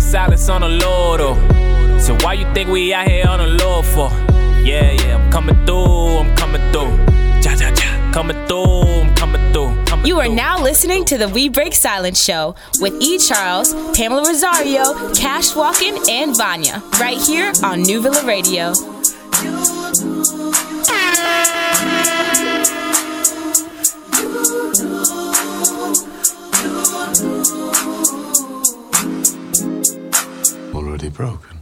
silence on the Lord. oh. So why you think we out here on the Lord for? Yeah, yeah, I'm coming through, I'm coming through. Ja, ja, ja, coming through, I'm coming through. coming You are through, now coming listening through. to the We Break Silence show with E. Charles, Pamela Rosario, Cash Walken, and Vanya, right here on New Villa Radio. already broken.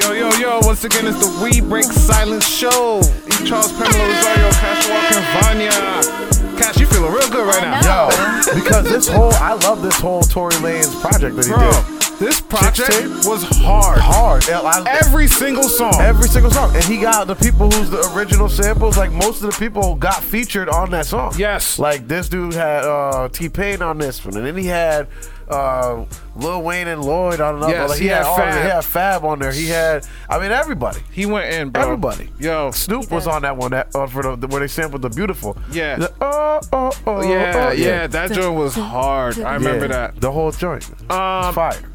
Yo, yo, yo, once again, it's the We Break Silence Show. E. Charles, Pamela Rosario, Cash Walker, Vanya. Cash, you feeling real good right now. Yo, because this whole I love this whole Tory Lanez project that he Bro, did. this project tape? was hard. Hard. Yeah, I- Every single song. every single song. And he got the people who's the original samples. Like most of the people got featured on that song. Yes. Like this dude had uh, T Pain on this one, and then he had uh, Lil Wayne and Lloyd on another. Yes, like, he had all of it. Fab. He had Fab on there. He had. I mean, everybody. he went in, bro. Everybody. Yo, Snoop was on that one that uh, for the, the- where they sampled the beautiful. Yeah. The, oh, oh, oh, yeah, oh, yeah, that joint was hard. I remember Yeah, that. the whole joint. Um, Fire.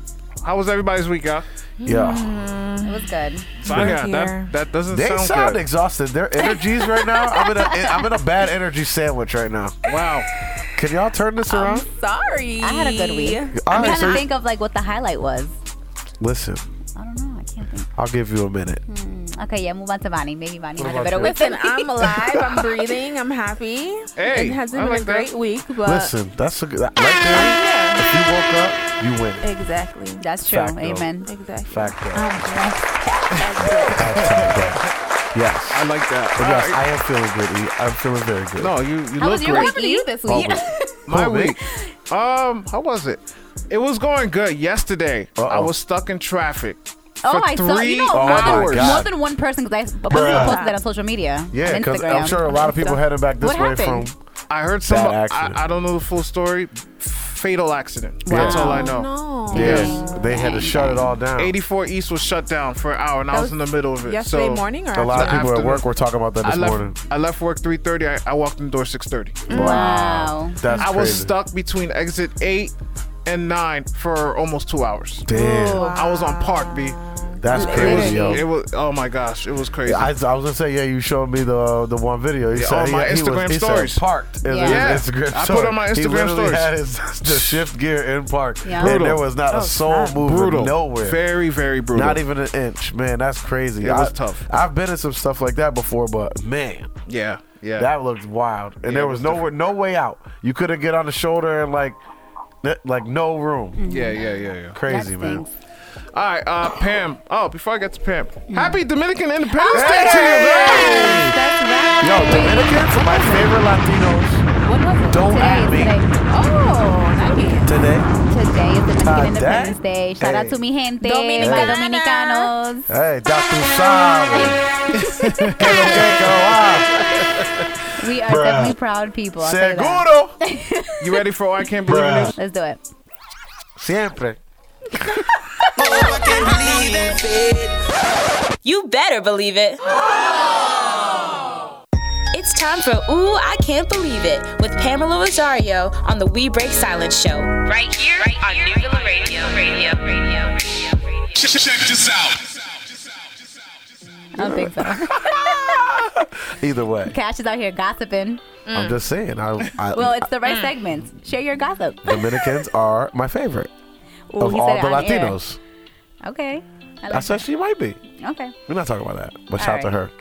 How was everybody's week, out? Yeah, It was good. Vanya, here. that, that doesn't they sound, sound, good. exhausted. Their energies right now. I'm in a I'm in a bad energy sandwich right now. Wow. Can y'all turn this Um, around? Sorry. I had a good week. All I'm right, trying so- to think of like what the highlight was. Listen, I don't know. I can't think. I'll give you a minute. Mm, Okay, yeah, move on to Vani. Maybe Vani had about a better you? week. Listen, I'm alive. I'm breathing. I'm happy. Hey, it I hasn't been like a that. great week, but Listen, that's a good. That, right there. If you woke up, you win. exactly, That's true. Fact, though. Amen. exactly. Fact. check. I'm blessed. Yes. I like that. But yes, All right. I am feeling good. E. I'm feeling very good. no, you, you How look was your great. week? E? this Oh, wait. My Cool, man. week. Um, how was it? It was going good yesterday. Uh-oh. I was stuck in traffic. Oh, for I three saw. You know, Oh my hours. God. more than one person because I b- posted that on social media. Yeah, on because Instagram. I'm sure a lot of people headed back this What way happened? from. I heard some. I, accident. I don't know the full story. Fatal accident. Wow. That's all I know. Oh, No. Yeah, they had to shut it all down. 84 East was shut down for an hour, and I That was in the middle of it. Yesterday so morning or A lot of The people at work afternoon. were talking about that I this left. morning. I left work 3:30. I, I walked in the door 6:30. Wow. That's I was crazy. stuck between exit eight and nine for almost two hours. Damn, I was on Park B. that's crazy, yo. It was. Oh my gosh, it was crazy. I, I was gonna say, yeah, you showed me the the one video. He Yeah, said on he- my he, Instagram was, he said stories. parked. in his Yeah. Instagram I put story. on my he Instagram literally stories. had his the shift gear in park, Yeah. Oh, and Brutal. there was not a soul moving brutal. nowhere. Very, very brutal. Not even an inch, man. That's crazy. It I- was tough. I've been in some stuff like that before, but man, Yeah, yeah. that looked wild. And Yeah, there it was was nowhere, no way out. You couldn't get on the shoulder and like, n- like no room. yeah, yeah, yeah, yeah. Crazy, man. stinks. All right, uh, Pam. Oh, before I get to Pam, happy Dominican Independence Day to you, Hey! Yo, Dominicans are my favorite Latinos What was it? Don't today at is me. Today. Oh, Today nice. today. is Dominican Ah, Independence that- Day. Shout out Hey. to mi gente, my Dominicana. Dominicanos. Hey, Dr. Sabe. Hey, We are definitely proud people. I'll tell you that. Seguro. girl. You ready for Oh, I Can't Believe It News? Let's do it. Siempre. You better believe it. It's time for Ooh, I Can't Believe It with Pamela Rosario on the We Break Silence show. right here, on New Villa Radio. Radio. Radio. Radio. I don't think so. Either way, Cash is out here gossiping. I'm just saying. I, I, Mm. Well, it's the right Mm. segment. Share your gossip. Dominicans are my favorite Ooh, of he said all it the on air. Latinos. Okay. I I like said she might be. Okay. We're not talking about that. But shout out to right. her.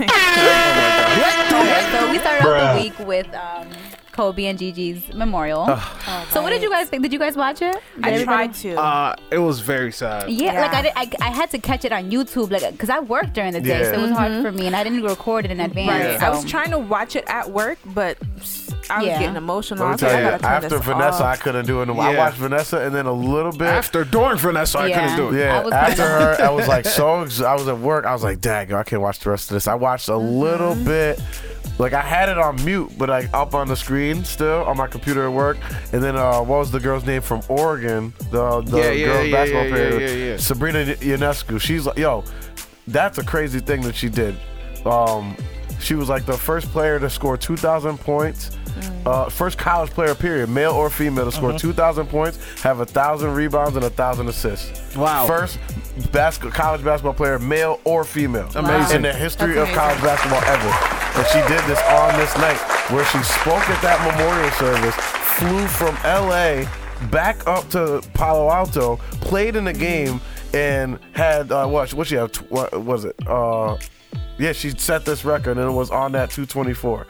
Alright, so we started off the week with um, Kobe and Gigi's memorial. so what did you guys think? Did you guys watch it? Did I everybody- tried to. Uh, it was very sad. Yeah, Yeah. like I, did, I I had to catch it on YouTube, like because I worked during the day, so Yeah. it was hard for me, and I didn't record it in advance. Right. Mm-hmm. I was so- trying to watch it at work, but I was Yeah. getting emotional. I Let me was like, tell I you, gotta turn after this Vanessa, I off. couldn't do it. No more. I Yeah. watched Vanessa and then a little bit. After during Vanessa, I Yeah. couldn't do it. yeah, I was after gonna- her, I was like so. ex- I was at work. I was like, "Dag, I can't watch the rest of this." I watched a Mm-hmm. little bit. Like I had it on mute, but like up on the screen still on my computer at work. And then uh, what was the girl's name from Oregon? The the Yeah, yeah, girls yeah, basketball yeah, player, yeah, yeah, yeah. Sabrina Ionescu. She's like, yo, that's a crazy thing that she did. Um, she was like the first player to score 2,000 points. Mm. Uh, first college player, period, male or female, to score Uh-huh. 2,000 points, have a thousand rebounds and a thousand assists. Wow. First basket, college basketball player, male or female, Amazing. in the history That's of college basketball ever. And she did this on this night where she spoke at that memorial service, flew from LA back up to Palo Alto, played in the game, and had uh, what? What she had? Tw- what was it? Uh, yeah, she set this record, and it was on that 224.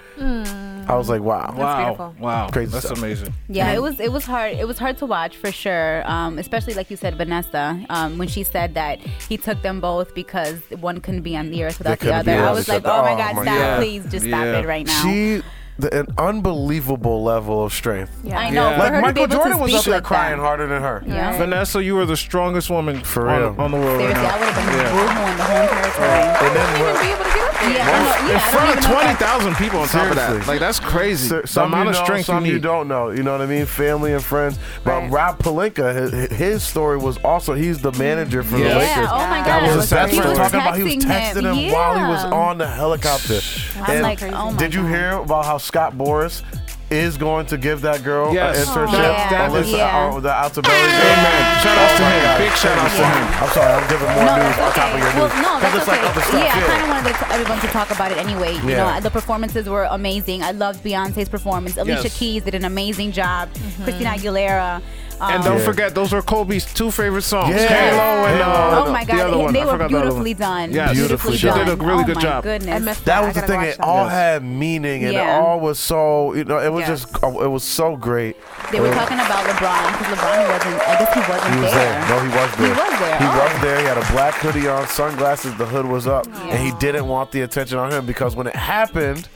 I was like, wow. Wow. beautiful. Wow. Crazy That's stuff. amazing. Yeah, it was it was hard. It was hard to watch for sure. Um, especially like you said, Vanessa, um, when she said that he took them both because one couldn't be on the earth without the couldn't be other. I on was the like, other. oh my Oh God, my stop! God. Please just stop Yeah. it right now. She, the, an unbelievable level of strength. Yeah. I know. Yeah. For Like her to be Michael able Jordan to was speak up there like that. crying harder than her. Yeah. Vanessa, you are the strongest woman For on, real. on the world Seriously, right I now. would have been Yeah. boohooing the whole entire time. And then Even what- be able to get up there. Yeah, I don't know. Yeah, in I don't front even of know if I- 20,000 people on top of that. Seriously. Like, that's crazy. Ser- the Some amount you of know, strength some you you, need. don't know. You know what I mean? Family and friends. But Right. Rob Palinka, his, his story was also he's the manager for Yeah. the Yeah. Lakers. Oh my God. That was That's his best he what was friend we're talking about. He was texting texting him, him while he was Yeah. on the helicopter. I'm like, oh my did you God. hear about how Scott Boris is going to give that girl Yes. an internship? That- that Alyssa, is- Oh, Yeah. uh, the Altabelli girl. Amen. Shout outs Oh to my him. God. Big shout outs to him. I'm sorry, I'm giving more No, news that's on okay. top of your well, news. no, 'Cause that's it's okay. like other stuff. yeah, I kind of wanted to- everyone to talk about it anyway. You Yeah. know, the performances were amazing. I loved Beyonce's performance. Alicia Yes. Keys did an amazing job. Christina Aguilera. Um, And don't Yeah. forget, those were Kobe's two favorite songs. Yeah. Halo and uh, oh my the other God, one. they, I they were forgot the other one. beautifully done. Yes. Beautifully Beautiful. done. She did a really oh good my job. I Goodness. missed that I was the gotta thing. watch It that. all Yes. had meaning, and Yeah. it all was so. You know, it was Yes. just. uh, It was so great. They were talking about LeBron because LeBron wasn't. I guess he wasn't He was there. No, he was there. He was there. He Oh. was there. He had a black hoodie on, sunglasses. The hood was up, and he didn't want the attention on him because when it happened,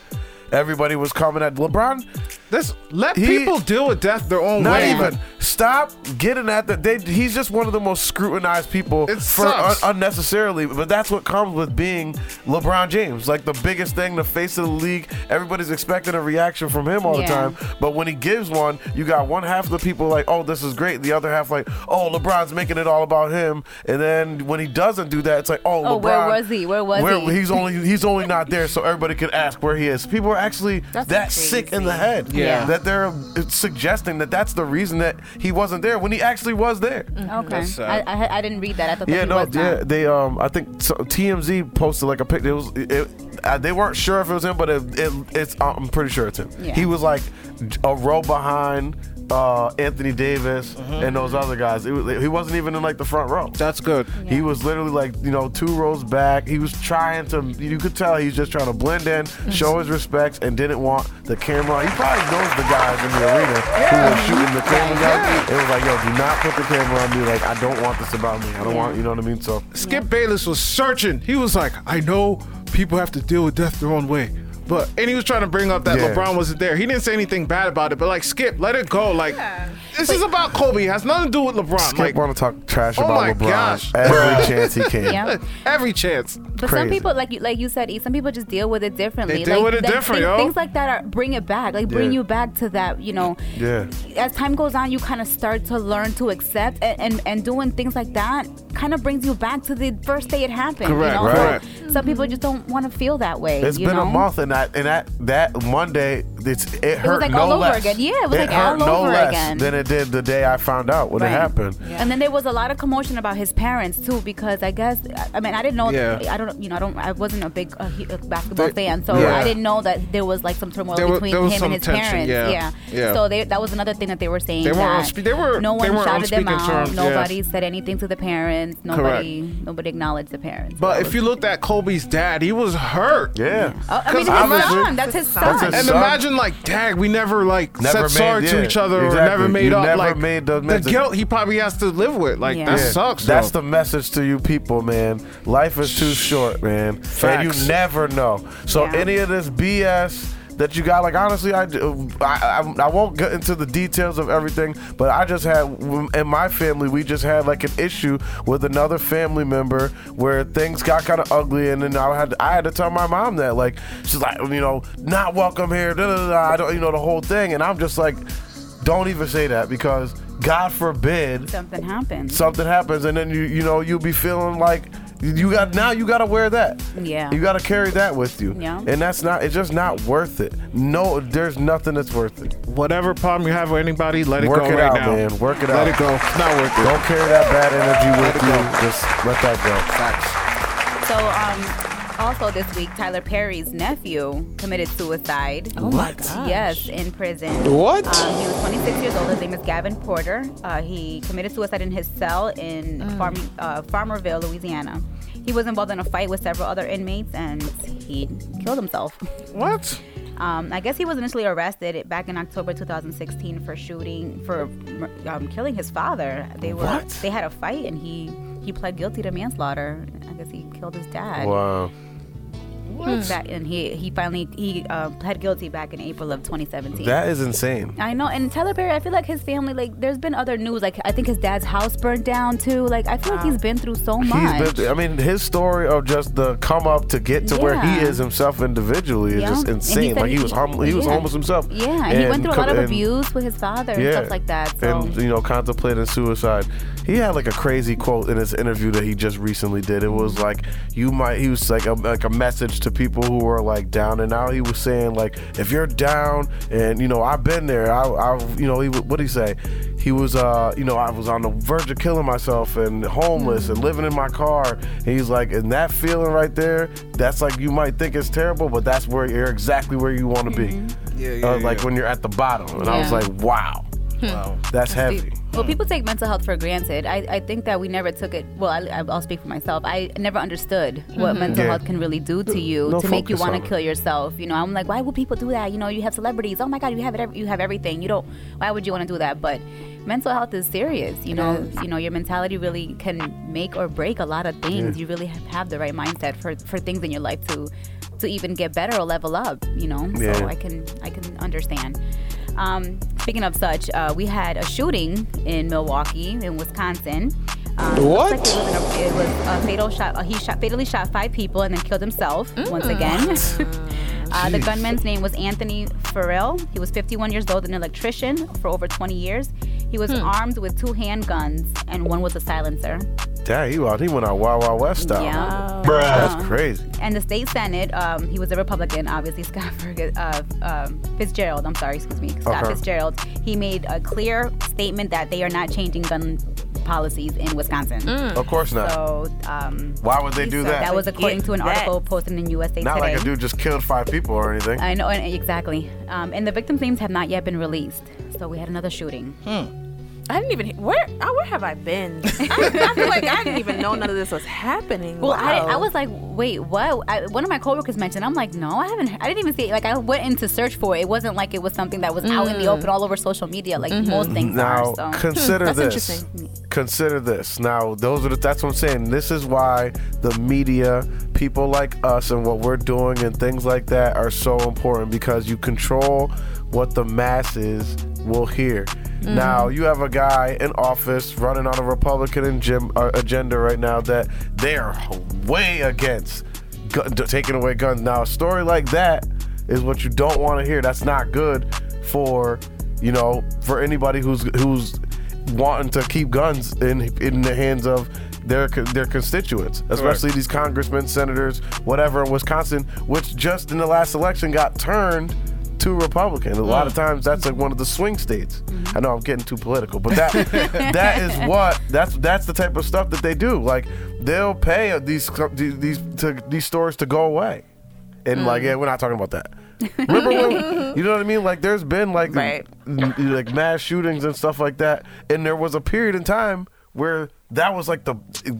everybody was coming at LeBron. This, let He- people deal with death their own Not way. even stop getting at that. They, he's just one of the most scrutinized people It for sucks. unnecessarily. But that's what comes with being LeBron James, like the biggest thing, the face of the league. Everybody's expecting a reaction from him all Yeah. the time. But when he gives one, you got one half of the people like, "Oh, this is great." The other half like, "Oh, LeBron's making it all about him." And then when he doesn't do that, it's like, "Oh, Oh, LeBron, where was he? Where was he?" He's only he's only not there, so everybody can ask where he is. People are actually That's that sick in the crazy. head Yeah. that they're suggesting that that's the reason that he wasn't there when he actually was there. Okay. That's sad. I, I, I didn't read that. I thought uh, Yeah, that he no, was not. yeah, they um, I think so, TMZ posted like a picture. It was, it, it, uh, they weren't sure if it was him, but it, it it's, I'm pretty sure it's him. Yeah. He was like a row behind uh, Anthony Davis and those other guys. It was, he wasn't even in like the front row. Mm-hmm. That's good. He was literally like, you know, two rows back. He was trying to, you could tell he's just trying to blend in, show his respects, and didn't want the camera. He probably knows the guys in the arena who were shooting the camera guys. It was like, yo, do not put the camera on me. Like, I don't want this about me. I don't want, you know what I mean? So, Skip Bayless was searching. He was like, I know people have to deal with death their own way. But and he was trying to bring up that Yeah. LeBron wasn't there. He didn't say anything bad about it, but like Skip, let it go. Like this is about Kobe. It has nothing to do with LeBron. Skip like want to talk trash Oh my about LeBron gosh. every chance he can. Yeah. every chance. But some Crazy. people, like you, like you said, E, some people just deal with it differently. They deal like, with it like, different, thi- yo. Things like that are bring it back, like bring Yeah. you back to that. You know, Yeah. As time goes on, you kind of start to learn to accept, and, and and doing things like that kind of brings you back to the first day it happened. Correct, You know? So correct. Some people just don't want to feel that way. It's you been a know? month, and that and that that Monday, it's, it hurt like no all over less. again. Yeah, it was like hurt all no over less again. than it did the day I found out when it Right. happened. And then there was a lot of commotion about his parents too, because I guess I- I mean I didn't know. Yeah. I don't, you know, I don't. I wasn't a big uh, he- uh, basketball They- fan, so yeah. I didn't know that there was like some turmoil There wa- between there was him some and his tension, parents. yeah. Yeah. So they, that was another thing that they were saying. They weren't on that spe- they were- No they one weren't on shouted them speaking out. terms, yeah. nobody said anything to the parents. Nobody. Nobody acknowledged the parents. But if you looked at Kobe's dad, he was hurt. Yeah. Oh, I mean, his obviously- son. That's his son. That's his And son. imagine like, dag, we never like Never made- said sorry to yeah, each other or exactly. never made You up. never like made the the mental- guilt he probably has to live with. Like Yeah. that Yeah. sucks. That's though. the message to you people, man. Life is too short, man. And Facts. you never know. So Yeah. any of this BS that you got. Like honestly, I I, I, I won't get into the details of everything, but I just had in my family we just had like an issue with another family member where things got kind of ugly, and then I had I had to tell my mom that like she's like you know not welcome here, da, da, da, da, I don't you know the whole thing, and I'm just like don't even say that because God forbid Something happened. something happens and then you you know you'll be feeling like you got now you got to wear that Yeah. you got to carry that with you Yeah. and that's not it's just not worth it no there's nothing that's worth it Whatever problem you have with anybody, let it Work go it right out, now. man. Work it out. Let it go. It's not worth it. don't carry that bad energy with it you go. just let that go Facts. So, um, also this week, Tyler Perry's nephew committed suicide. Oh my gosh. Yes, in prison. What? Um, he was 26 years old. His name is Gavin Porter. Uh, he committed suicide in his cell in Mm. Farm, uh, Farmerville, Louisiana. He was involved in a fight with several other inmates, and he killed himself. What? Um, I guess he was initially arrested back in October 2016 for shooting for um, killing his father. They were What? they had a fight and he he pled guilty to manslaughter. I guess he killed his dad. wow Back- and he he finally he uh, pled guilty back in April of 2017. that is insane I know, and Tyler Perry. I feel like his family, like, there's been other news. Like, I think his dad's house burned down too. Like, I feel like he's been through so much. He's been, I mean, his story of just the come up to get to where he Yeah. is himself individually is Yeah. just And he insane. said like he was hum- he was yeah. homeless himself. yeah, and, he went through a co- lot of and- abuse with his father and stuff like that. So. And you know, contemplating suicide. He had like a crazy quote in his interview that he just recently did. It was like, "You might." He was like a like a message to people who were like down and out. He was saying like, "If you're down, and you know, I've been there. I, I you know, he what would he say? He was, uh, you know, I was on the verge of killing myself and homeless Mm. and living in my car. And he's like, and that feeling right there, that's like you might think it's terrible, but that's where you're exactly where you want to be. Mm-hmm. Yeah, Uh, like when you're at the bottom. And I was Yeah. like, wow. Wow. That's heavy. Well, people take mental health for granted. I, I think that we never took it. Well, I, I'll speak for myself. I never understood what mental Mm-hmm. Yeah. health can really do to you no to make you focus want on to it. kill yourself. You know, I'm like, why would people do that? You know, you have celebrities. Oh my God, you have it. ev- You have everything. You don't. Why would you want to do that? But mental health is serious. You know, you know, your mentality really can make or break a lot of things. You really have, have the right mindset for for things in your life to to even get better or level up. You know, so Yeah. I can I can understand. Um, speaking of such, uh, we had a shooting in Milwaukee, in Wisconsin. Um, it looks like What? it, was an- it was a fatal shot. uh, he shot, fatally shot five people and then killed himself once again. uh, the Jeez. gunman's name was Anthony Farrell. He was 51 years old, an electrician for over 20 years. He was armed with two handguns and one was a silencer. Dang, he out. He went out Wild Wild West style. Yeah. That's crazy. and the state senate um, he was a republican obviously scott Fergus, uh, um, fitzgerald i'm sorry excuse me scott Okay. fitzgerald he made a clear statement that they are not changing gun policies in wisconsin Mm. Of course not. so um, Why would they do that, that? was according to an Yes. article posted in usa not today like a dude just killed five people or anything. i know and- exactly um, and the victims names have not yet been released so we had another shooting Hmm. I didn't even he- where oh, where have I been? I, I feel like I didn't even know none of this was happening. Well, I, Wow. I was like, wait, what? I, one of my coworkers mentioned. I'm like, no, I haven't. I didn't even see. It. Like, I went in to search for it. It wasn't like it was something that was out in the open all over social media, like Mm-hmm. most things now are. So. consider that's this. Consider this. Now those are the, that's what I'm saying. This is why the media, people like us, and what we're doing and things like that are so important because you control what the masses will hear. Now you have a guy in office running on a Republican and gym, uh, agenda right now that they're way against gun, taking away guns. Now a story like that is what you don't want to hear. That's not good for you know for anybody who's who's wanting to keep guns in in the hands of their co- their constituents, especially these congressmen, senators, whatever in Wisconsin, which just in the last election got turned to Republican. A lot of times that's like one of the swing states. I know I'm getting too political, but that that is what that's that's the type of stuff that they do. Like they'll pay these co- these these, to, these stores to go away. And like, yeah, we're not talking about that. Remember when you know what I mean? Like, there's been like Right. n- n- like mass shootings and stuff like that, and there was a period in time where that was like the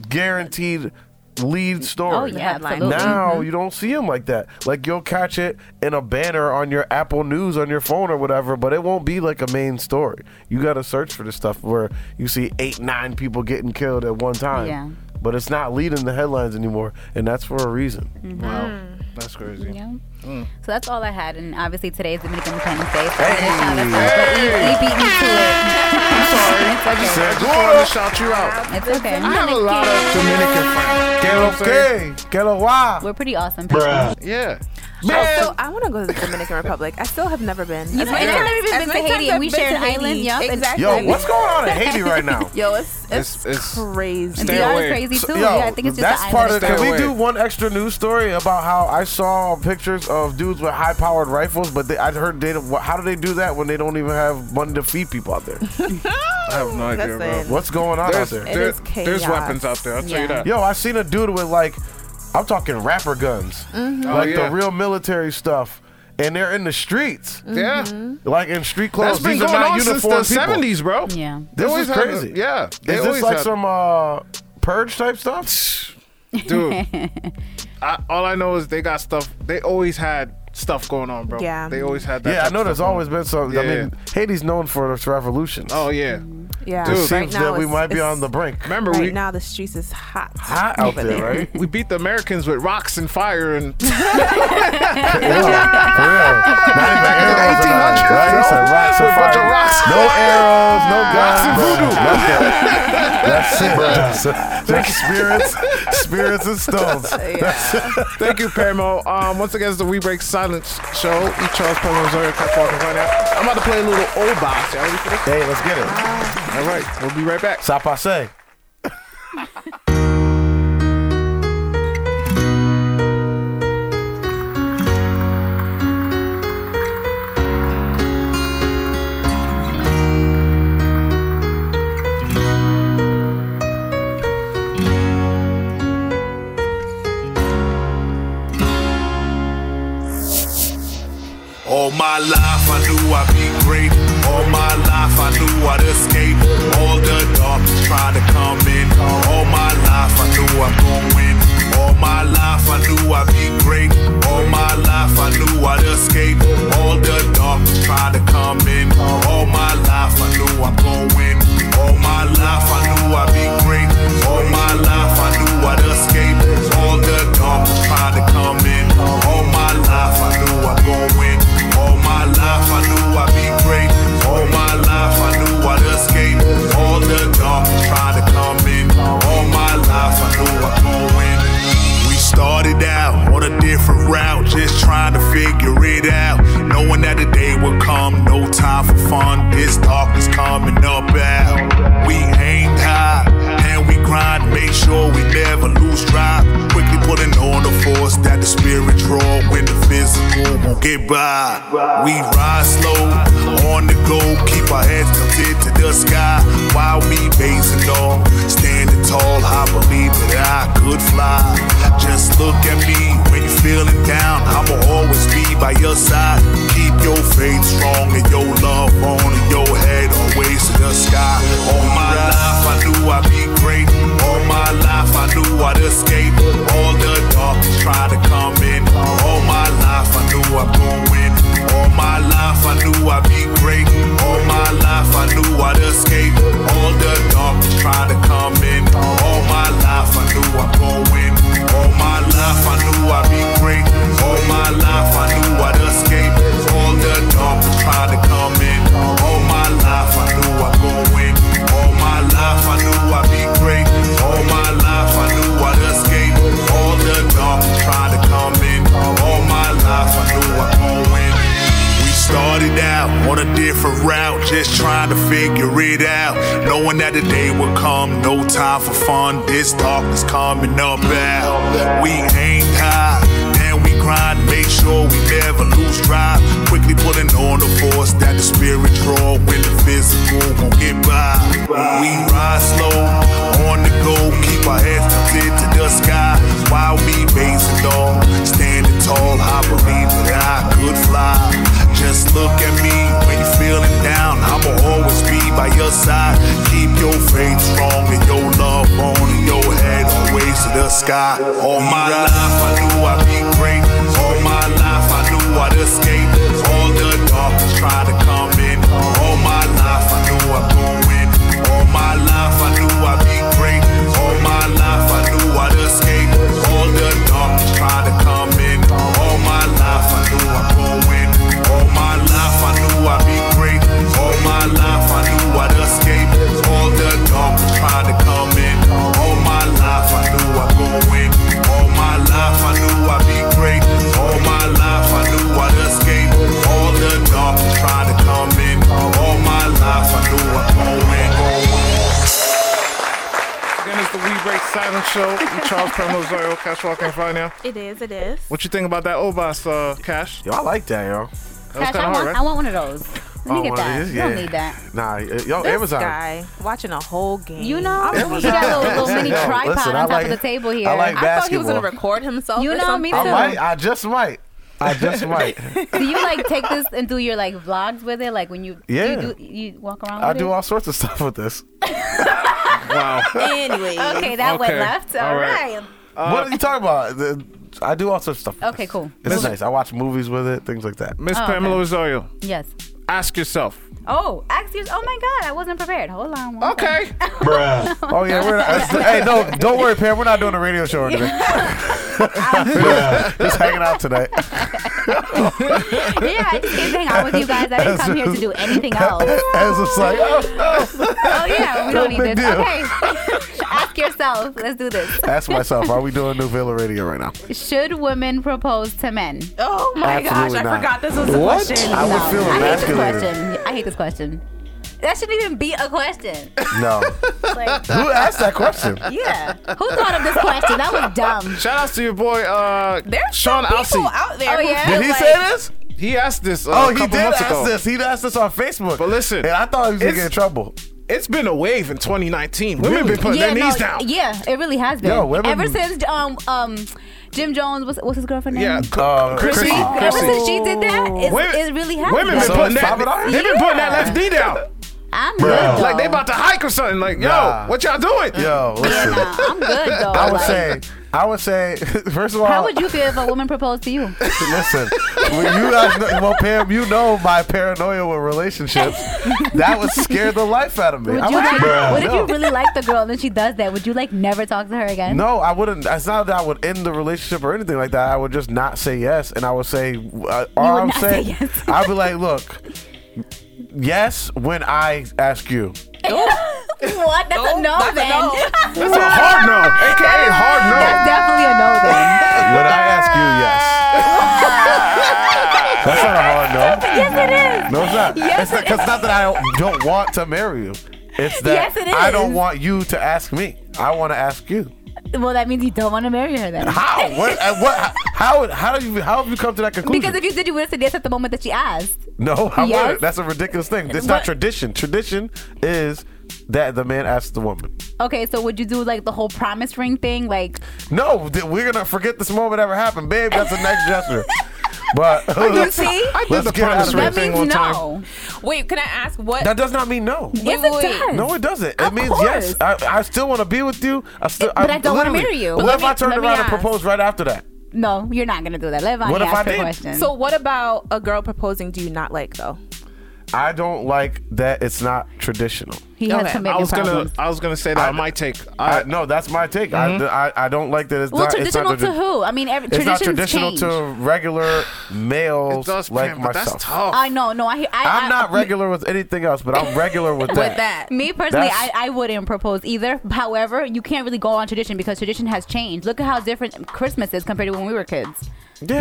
guaranteed lead story. oh yeah, Headline. absolutely. Mm-hmm. Now you don't see them like that. Like you'll catch it in a banner on your Apple News on your phone or whatever, but it won't be like a main story. You gotta search for this stuff where you see eight, nine people getting killed at one time. Yeah. But it's not leading the headlines anymore, and that's for a reason. Wow. Mm. That's crazy. Mm-hmm. Mm. Yeah. So that's all I had, and obviously today is Dominican Independence Day. So Hey. shout us out, but he, he beat me to it. I'm sorry. I just said, just wanted to shout you out. It's okay. I have a lot of Dominican friends. You know what I'm saying? Okay, get a why. We're pretty awesome. Yeah. I, still, Oh, I want to go to the Dominican Republic. I still have never been. You As know, many and I've times- never even as been many to Haiti, times and I've we been share to an island. Yup, and- Exactly. Yo, what's going on in Haiti right now? Yo, it's it's, It's, it's, crazy. Stay DR away. is crazy too. So, yo, yeah, I think it's just that's the part island. of. Can Stay we do away. one extra news story about how I saw pictures of dudes with high-powered rifles, but they, I heard they don't. How do they do that when they don't even have money to feed people out there? I have no idea, bro. Listen. What's going on out There's, there? It there- is there's chaos. weapons out there. I'll tell Yeah. you that. Yo, I seen a dude with like, I'm talking rapper guns, Mm-hmm. like Mm-hmm. Oh, yeah. the real military stuff, and they're in the streets, Yeah. Mm-hmm. like in street That's clothes. been These are going not on since the uniformed people. 70s, bro. Yeah. They This always is had- crazy. yeah. They is this always like had- some uh, purge type stuff? dude. I, all I know is they got stuff. They always had stuff going on, bro. Yeah. They always had that. Yeah, type I know of there's stuff always going been some. I Yeah, mean, Haiti's known for its revolutions. on. Oh yeah. yeah. dude, it seems right now that we it's- might be it's- on the brink. Remember we Right now the streets is hot. Hot out over there, right? we beat the Americans with rocks and fire and Yeah, for real. Not even arrows or nothing, right? It's a rock, it's a bunch of fire. rocks. No arrows, no guns. voodoo. That's it. That's it. spirits, spirits and stones. That's it. Thank you, Permo. Um, once again, it's the We Break Silence show. E. Charles Permo Zoya Cut Walk and Find Out. I'm about to play a little old box. Y'all ready for this? Hey, let's get it. All right, we'll be right back. Ça passe. All my life I knew I'd be great. All my life I knew I'd escape. All the darkness trying to come in. All my life I knew I'm going to win. All my life I knew I'd be great. All my life I knew I'd escape. All the darkness trying to come in. All my life I knew I'm going to win. All my life I knew I'd be great. All my life I knew I'd escape. All the darkness trying to come in. All my life I knew I'd gon' win. All my life I knew I'd be great. All my life I knew I'd escape. All the darkness trying to come in. All my life I knew I'd gon' win. We started out on a different route, just trying to figure it out. Knowing that the day would come, no time for fun. This darkness coming up out. We aimed high and we grind, make sure we never lose drive. Quickly putting on the force that the spirit draw when the physical won't get by. We ride slow, on the go, keep our heads tilted to the sky. While we basing on, standing tall, I believe that I could fly. Just look at me when you're feeling down, I'ma always be by your side. Keep your faith strong and your love on, and your head always to the sky. All my life I knew I'd be great. All my life I knew I'd escape. All the darkness try to come in. All my life I knew I'd gon' win. All my life I knew I'd be great. All my life I knew I'd escape. All the darkness try to come in. All my life I knew I'd gon' win. All my life I knew I'd be great. All my life I knew I'd escape. All the darkness try to come in. All my life I knew I'd gon' win. All my life I knew I'd be great. All my life I knew I'd escape. All the darkness try to come in. All my life I knew I'd gon' win. We started out on a different route, just trying to figure it out. Knowing that the day would come, no time for fun. This darkness coming up out. We aimed high, and we grind, make sure we never lose drive. Quickly pulling on the force that the spirit draw when the physical won't get by. We ride slow, on the go, keep our heads tilted to the sky. While we base it all, standing tall, I believe that I could fly. Just look at me when you're feeling down. I'ma always be by your side. Keep your faith strong and your love on, and your head always to the sky. All my life I knew I'd be great. All my life I knew I'd escape. All the darkness try to come in. All my life I knew I'd go in. All my life Silent Show. with Charles Primo Zoyo, Cash Walk and Vanya. It is, it is. What you think about that Obas, uh, Cash? Yo, I like that, yo. That was Cash, I kind of want, hard, I right? want one of those. Let me Oh, get one of that. these? You don't Yeah. need that. Nah, uh, yo, This Amazon. guy watching a whole game. You know, I'm he got a little, little mini Yo, listen, tripod on I top like- of the table here. I like I- I thought he was gonna basketball. record himself. You or know, me something. I too. might. I just might. I just might. do you like take this and do your like vlogs with it? Like when you do Yeah. you, do, you walk around. I with do It? all sorts of stuff with this. Wow. Anyway, Okay, that Okay. went left. All All right. right. what are you talking about? The- I do all sorts of stuff. with Okay, this. cool. It's nice. I watch movies with it, things like that. Miss Oh, okay. Pamela Rosario, Yes. ask yourself. Oh, ask yours. Oh my God, I wasn't prepared. Hold on. one second. Okay. Oh yeah, we're not, hey, no, don't worry, Pam. We're not doing a radio show or anything. just hanging out tonight. yeah, I just came to hang out with you guys. I didn't come here to do anything else. I was just like, oh, Oh yeah, we No don't need big this. deal. Okay. ask yourself. Let's do this. ask myself, are we doing New Villa Radio right now? Should women propose to men? Oh my gosh, Absolutely I not. forgot this was a What? question. I would feel I hate this emasculated. question. I hate this question. That shouldn't even be a question. No. Like, Who asked that question? yeah. Who thought of this question? That was dumb. Shout outs to your boy, uh, There's Sean some people Alsey. out there. Oh, who yeah? feel Did he like- say this? He asked this. Uh, Oh, a he couple did months ask ago. this. He asked this on Facebook. But listen, and I thought he was gonna it's- get in trouble. It's been a wave in 2019. Women been putting their no, knees down. Yeah, it really has been. Yo, women- Ever since um um Jim Jones was what's his girlfriend name? Yeah, uh, Um, Chrissy. Ever Chrissy. since she did that, it's, Women- it really has. Women been So putting it's that. Salvador? They been putting that Yeah. left knee down. I'm Bruh. good though. Like they about to hike or something. Like, yo, Nah. what y'all doing? Yo, Yeah, listen. nah, I'm good though. I would Like, say, I would say, first of all, How would you feel if a woman proposed to you? Listen, when you guys know, well, Pam, you know my paranoia with relationships. That would scare the life out of me. Would I'm you like, like- "Bruh, what if no." you really like the girl and then she does that? Would you like never talk to her again? No, I wouldn't. It's not that I would end the relationship or anything like that. I would just not say yes, and I would say, uh, all would I'm not say saying, yes. I'd be like, look, yes, when I ask you. What? That's a no then. That's a hard no, aka hard no. That's definitely a no then. When I ask you, yes. That's not a hard no. Yes, it is. No, it's not. Yes, it's not, 'cause not that I don't, don't want to marry you. It's that Yes, it I is. don't want you to ask me. I want to ask you. Well, that means you don't want to marry her then. How? What? uh, what? How? How do you? How have you come to that conclusion? Because if you did, you would have said yes at the moment that she asked. no, I Yes. wouldn't. That's a ridiculous thing. It's not But- tradition. Tradition is that the man asks the woman. Okay, so would you do like the whole promise ring thing? Like, No, th- we're gonna forget this moment ever happened, babe. That's the next gesture. But you see? I did Let's the get out promise of ring That Same thing means one time. no. Wait, can I ask what? that does not mean no. Yes, wait, it does. No, it doesn't. Of it means yes. I, I still want to be with you. I still, But I don't wanna literally- marry you. What Let if me- I turned let me around and ask. proposed right after that? No, you're not gonna do that. Let What Vanya if I ask her did? question. so what about a girl proposing? Do you not like though? I don't like that it's not traditional. he Okay, has I I commitment was gonna, problems. I was gonna say that I- on my take. I, I, Mm-hmm. no, that's my take. I- I, I, don't like that it's well, not traditional it's not to who? I mean, every, It's not traditional change. to regular males it does, like Pam, but myself. that's tough. I know, no, I, I I'm I- not regular with anything else, but I'm regular with that. Me personally, That's- I, I wouldn't propose either. However, you can't really go on tradition because tradition has changed. Look at how different Christmas is compared to when we were kids. Yeah,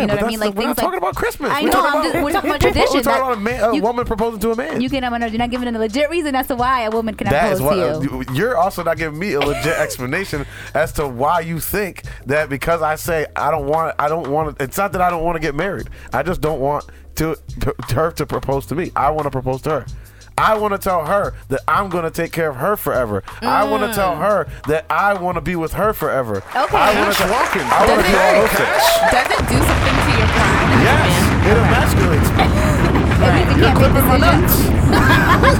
you know but what I that's mean? the- Like we're things not like- talking about Christmas. I We're know, talking I'm about- just- we're talking about We're tradition. talking That- about a, man, a you- woman proposing to a man. You can have another. You're not giving a legit reason as to why a woman cannot propose that is what uh, to you. you- you're also not giving me a legit explanation as to why you think that because I say I don't want I don't want it's not that I don't want to get married I just don't want to, to her to propose to me I want to propose to her I want to tell her that I'm going to take care of her forever I want to tell her that I want to be with her forever Mm. Okay. I Cash want to walking. I want to do all those things Does it do something to your pride? yes it emasculates me That means you you're can't make clipping my decisions. nuts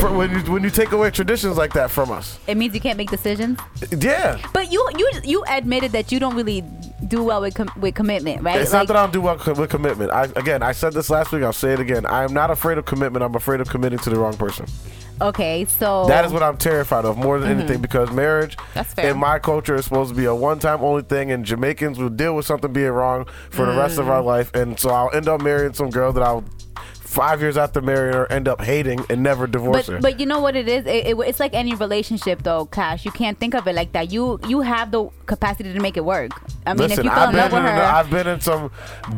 For when you when you take away traditions like that from us It means you can't make decisions. yeah But you you you admitted that you don't really do well with com- with commitment, right? It's not that I don't do well co- with commitment. I again, I said this last week. I'll say it again. I am not afraid of commitment. I'm afraid of committing to the wrong person. okay, so That is what I'm terrified of more than Mm-hmm. anything because marriage That's fair. in my culture is supposed to be a one-time only thing, and Jamaicans Mm. will deal with something being wrong for the rest of our life. And so I'll end up marrying some girl that I'll five years after marrying her end up hating and never But divorce her. but you know what it is? It, it, it's like any relationship though, Cash. You can't think of it like that. You you have the capacity to make it work. I mean, if Listen, you fell I've in love been with in, her. I've been in some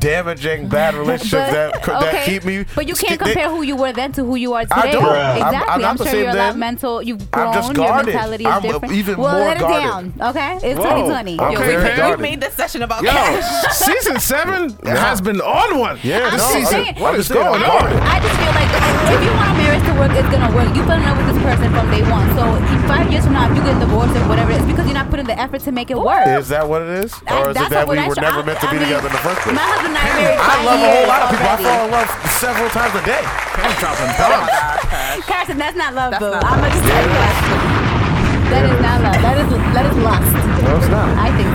damaging bad relationships that could- that keep me. But you can't sk- they- compare who you were then to who you are today. I don't. I'm- Exactly. I'm not the sure same you're a lot then. mental. You've grown. I'm just Your guarded. mentality is I'm, uh, different. even well, more let guarded. it down. Okay, it's Whoa. 2020. I'm Yo, very very guarded. guarded. We made this session about Yo, cash. season seven has been on one. I'm Yeah, no, just I'm- saying- I'm What is just saying, I'm going on? guarded. I just feel like if you want a marriage to work, it's gonna work. You've been in love with this person from day one. So in five years from now, if you get divorced or whatever, it's because you're not putting the effort to make it work. Is that what it is, I- or is that's it that what we I were should- never I- meant to I be mean, together in the first place? My husband and I are married. I five love a whole years lot of people. I already. fall in love several times a day. I'm dropping bombs. Carson, that's not love, boo. I'm gonna just tell you that. That is not love. That is that is lust. No, it's not. I think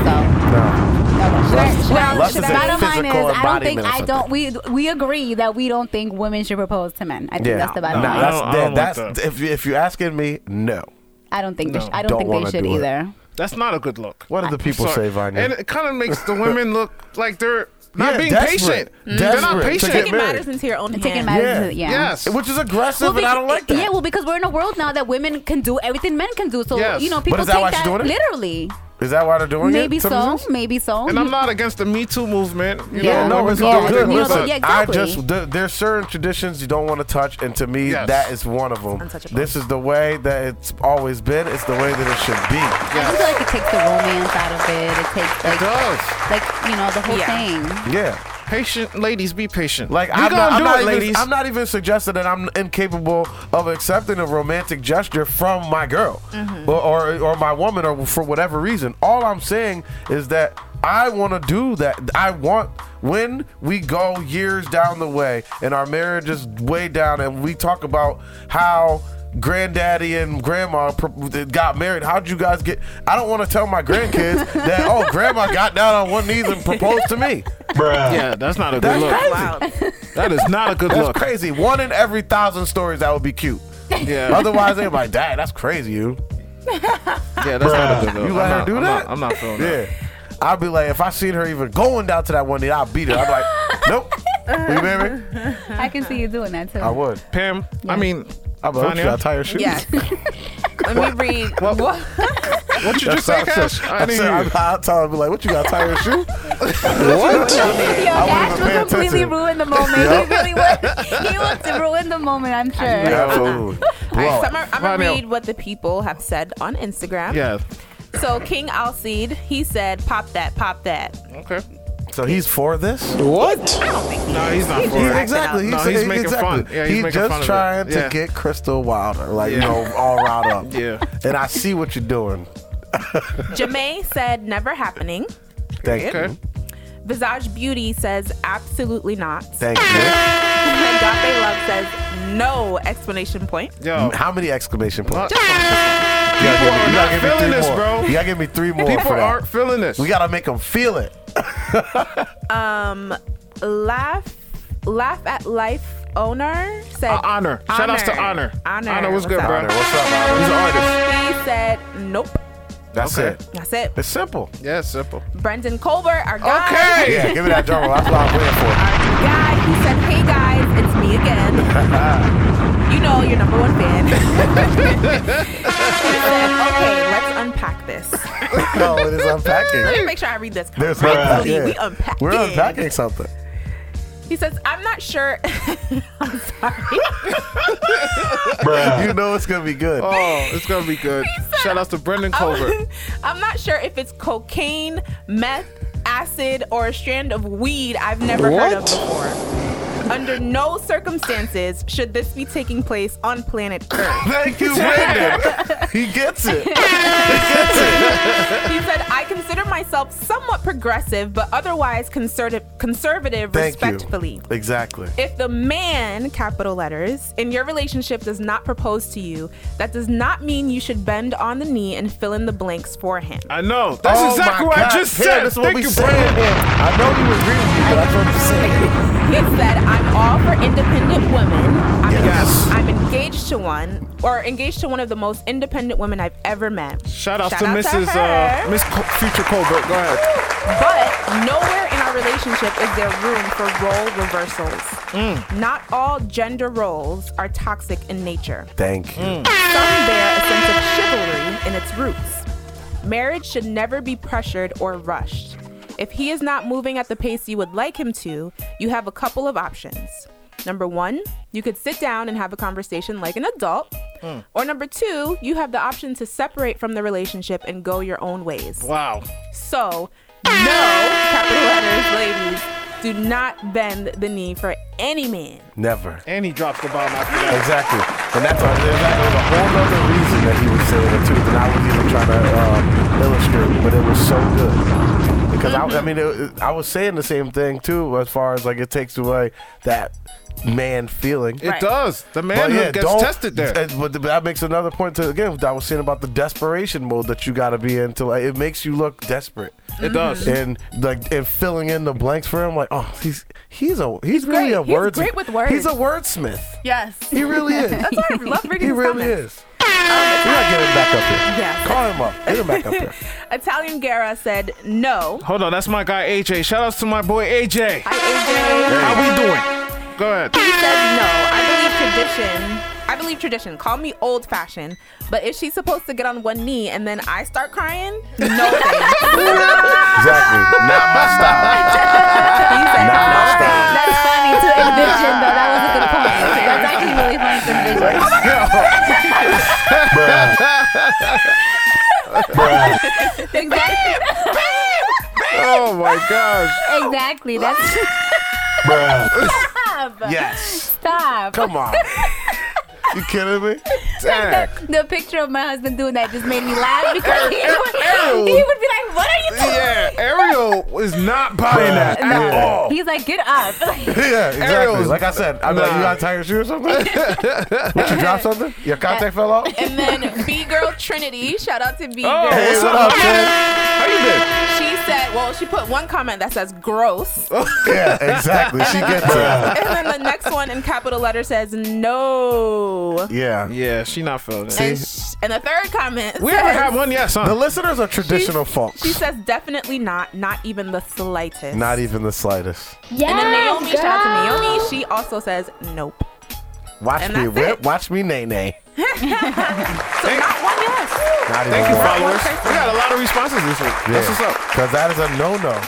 so. No. Should I- should I- lust should is I- a Bottom line is, physical I don't think embodiment or I don't. We we agree that we don't think women should propose to men. I think Yeah. that's the bottom no, line. that's, I don't- I that- don't like that's- that. If, if you're asking me, no. I don't think they. Sh- I don't, Don't think wanna they should do it. either. That's not a good look. What do the people Sorry. say, Vanya? And it kind of makes the women look like they're not Yeah, being desperate. patient. Mm. They're not Desperate to patient. get Taking married. matters into your own hands. Mm-hmm. Taking Yeah. matters. Yeah. Yes. Which is aggressive, Well, and I be- don't like that. Yeah, well, because we're in a world now that women can do everything men can do. So Yes. you know, But people is that take why she's that doing it? literally. is that why they're doing it? Maybe to so. themselves? Maybe so. And I'm not against the Me Too movement. You Yeah. know, No, women it's can all do good. anything, Yeah, Listen, but- yeah, I exactly. just th- there's certain traditions you don't want to touch, and to me, Yes. that is one of them. Untouchable. This is the way that it's always been. It's the way that it should be. I just feel like it takes the romance out of it. It takes like, Does. like you know, the whole Yeah. thing. Yeah. Patient ladies, be patient. Like you I'm gonna not, I'm do not it, even, ladies. I'm not even suggesting that I'm incapable of accepting a romantic gesture from my girl Mm-hmm. or, or or my woman or for whatever reason. All I'm saying is that I want to do that. I want when we go years down the way and our marriage is way down and we talk about how granddaddy and grandma pro- that got married how'd you guys get i don't want to tell my grandkids that oh grandma got down on one knee and proposed to me yeah, that's not a good That's look. crazy. Wow. That is not a good That's look. crazy. One in every thousand stories that would be cute. Yeah, Otherwise, they're like, "Dang, that's crazy, you." yeah, that's not a good look. You let I'm her not, do I'm that? Not, I'm not feeling that. Yeah. I'd be like, if I seen her even going down to that one knee, I'd beat her. I'd be like, "Nope." We married? I can see you doing that too. I would. Pam, I mean, I would. Vanya? Should I tie her shoes? Yes. Let me read. What? what you just say, That's what I Cash? said. I I didn't said, hear I'd, you. I'd tell her, be like, "What you got? Tie your shoe?" Yo, Dash even pay would completely attention. ruin the moment. He really would. He would ruin the moment. I'm sure. Absolutely. All right, Blow. so I'm, going Vanya. to read what the people have said on Instagram. Yeah. So King Alcide, he said, "Pop that, pop that." Okay. So he's for this? What? I don't think. No, he's not for He's- it. exactly. No, he's making exactly. fun. Yeah, he's he's making just fun of it. trying to Yeah. get Crystal Wilder, like you Yeah. know, all riled up. Yeah. And I see what you're doing. Jamae said, "Never happening." Thank Okay. you. Visage Beauty says, "Absolutely not." Thank you. And Agape Love says, "No!" Explanation point. Yo, How many exclamation points? what? You gotta give me- are you gotta not give me feeling three this, more. bro. You gotta give me three more people for that. aren't feeling this. we gotta make them feel it. Um, Laugh, laugh at life. Honor said, Uh, honor. Shout outs to Honor. Honor. Honor, what's good, up? bro? Honor, what's up, Honor? He's an artist. He said, "Nope." That's Okay. it. That's it. It's simple. Yeah, simple. Brendan Colbert, our guy. Okay. Yeah, give me that drum roll. That's what I'm waiting guy. He said, "Hey guys, it's me again. you know your number one fan." he said, "Okay, let's unpack this. for. No, it Let is me unpacking. make sure I read this There's correctly. unpacking. We Yeah. unpack. We're unpacking something. He says, "I'm not sure." I'm sorry. You know it's gonna be good. Oh, it's gonna be good. said- Shout outs to Brendan Colbert. I'm, I'm not sure if it's cocaine, meth, acid, or a strand of weed I've never heard of before. Under no circumstances should this be taking place on planet Earth. Thank you, Brandon. he gets it. He gets it. He said, I consider myself somewhat progressive, but otherwise conservative, conservative Thank respectfully. you. Exactly. If the man, capital letters, in your relationship does not propose to you, that does not mean you should bend on the knee and fill in the blanks for him. I know. That's Oh exactly my what I God. just Yeah, said. That's what Thank we you, said. Brandon. I know you agree with me, but that's what I'm saying. He said, I'm all for independent women. I'm, Yes. I'm engaged to one, or engaged to one of the most independent women I've ever met. Shout out Shout to out to Mrs. uh, her. Miss Co- Future Colbert. Go ahead. But nowhere in our relationship is there room for role reversals. Not all gender roles are toxic in nature. Thank you. Mm. Some bear a sense of chivalry in its roots. Marriage should never be pressured or rushed. If he is not moving at the pace you would like him to, you have a couple of options. Number one, you could sit down and have a conversation like an adult. Or number two, you have the option to separate from the relationship and go your own ways. Wow. So, no, capital letters, ladies, do not bend the knee for any man. Never. And he drops the bomb after that. Exactly. And that's a, there's that was a whole other reason that he was saying it too that I was even trying to uh, illustrate, but it was so good. Because I, I Mm-hmm. mean, it, I was saying the same thing too, as far as like it takes away that man feeling. It does. The manhood gets don't- tested there. and- But that makes another point to again that I was saying about the desperation mode that you got to be in. To like, it makes you look desperate. Mm-hmm. It does. And like and filling in the blanks for him, like oh he's he's a he's, really great. a He's word great with words. He's a wordsmith. Yes. He really is. That's why I love reading he his really comments. is. We're not getting him back up here. Yeah. Call him up. Get him back up here. Italian Guerra said no. Hold on, that's my guy AJ. Shout outs to my boy AJ. I agree. How we doing? Go ahead. He said no. I believe tradition. I believe tradition. Call me old fashioned, but if she's supposed to get on one knee and then I start crying, no. thanks. Exactly. Not my style. He said, Not my "No." style. That's funny to envision, though. That was a good point. That's actually really funny to envision. Bruh. Bruh. Exactly. Oh my gosh. Exactly. That's Bruh. Yes. stop. Come on. You kidding me? Dang. The picture of my husband doing that just made me laugh because he would, he would be like, "What are you doing?" Yeah, Ariel is not buying that at Yeah. all. He's like, "Get up." Yeah, exactly. Ariel's- Like I said, I'm like, Nah. you got a tiger shoe or something? what, you dropped something? Your contact fell off? Hey, and then B girl Trinity, shout out to B girl. Oh, what's what up, kid? How you been? She said, well, she put one comment that says gross, and Oh, Yeah, exactly. She gets it. then the next one in capital letter says no. Yeah. Yeah, she not feeling it. And, sh- and the third comment We says, already had one yes, The huh? listeners are traditional folks. She says definitely not, not even the slightest. Not e- even the slightest. yes, And then Naomi, shout out to Naomi. She also says nope. Watch And me that's whip. it. Watch me nay nay. So not one yes. Not even Thank you, one. followers. We got a lot of responses this week. Yeah. That's what's up. Cause that is a no no.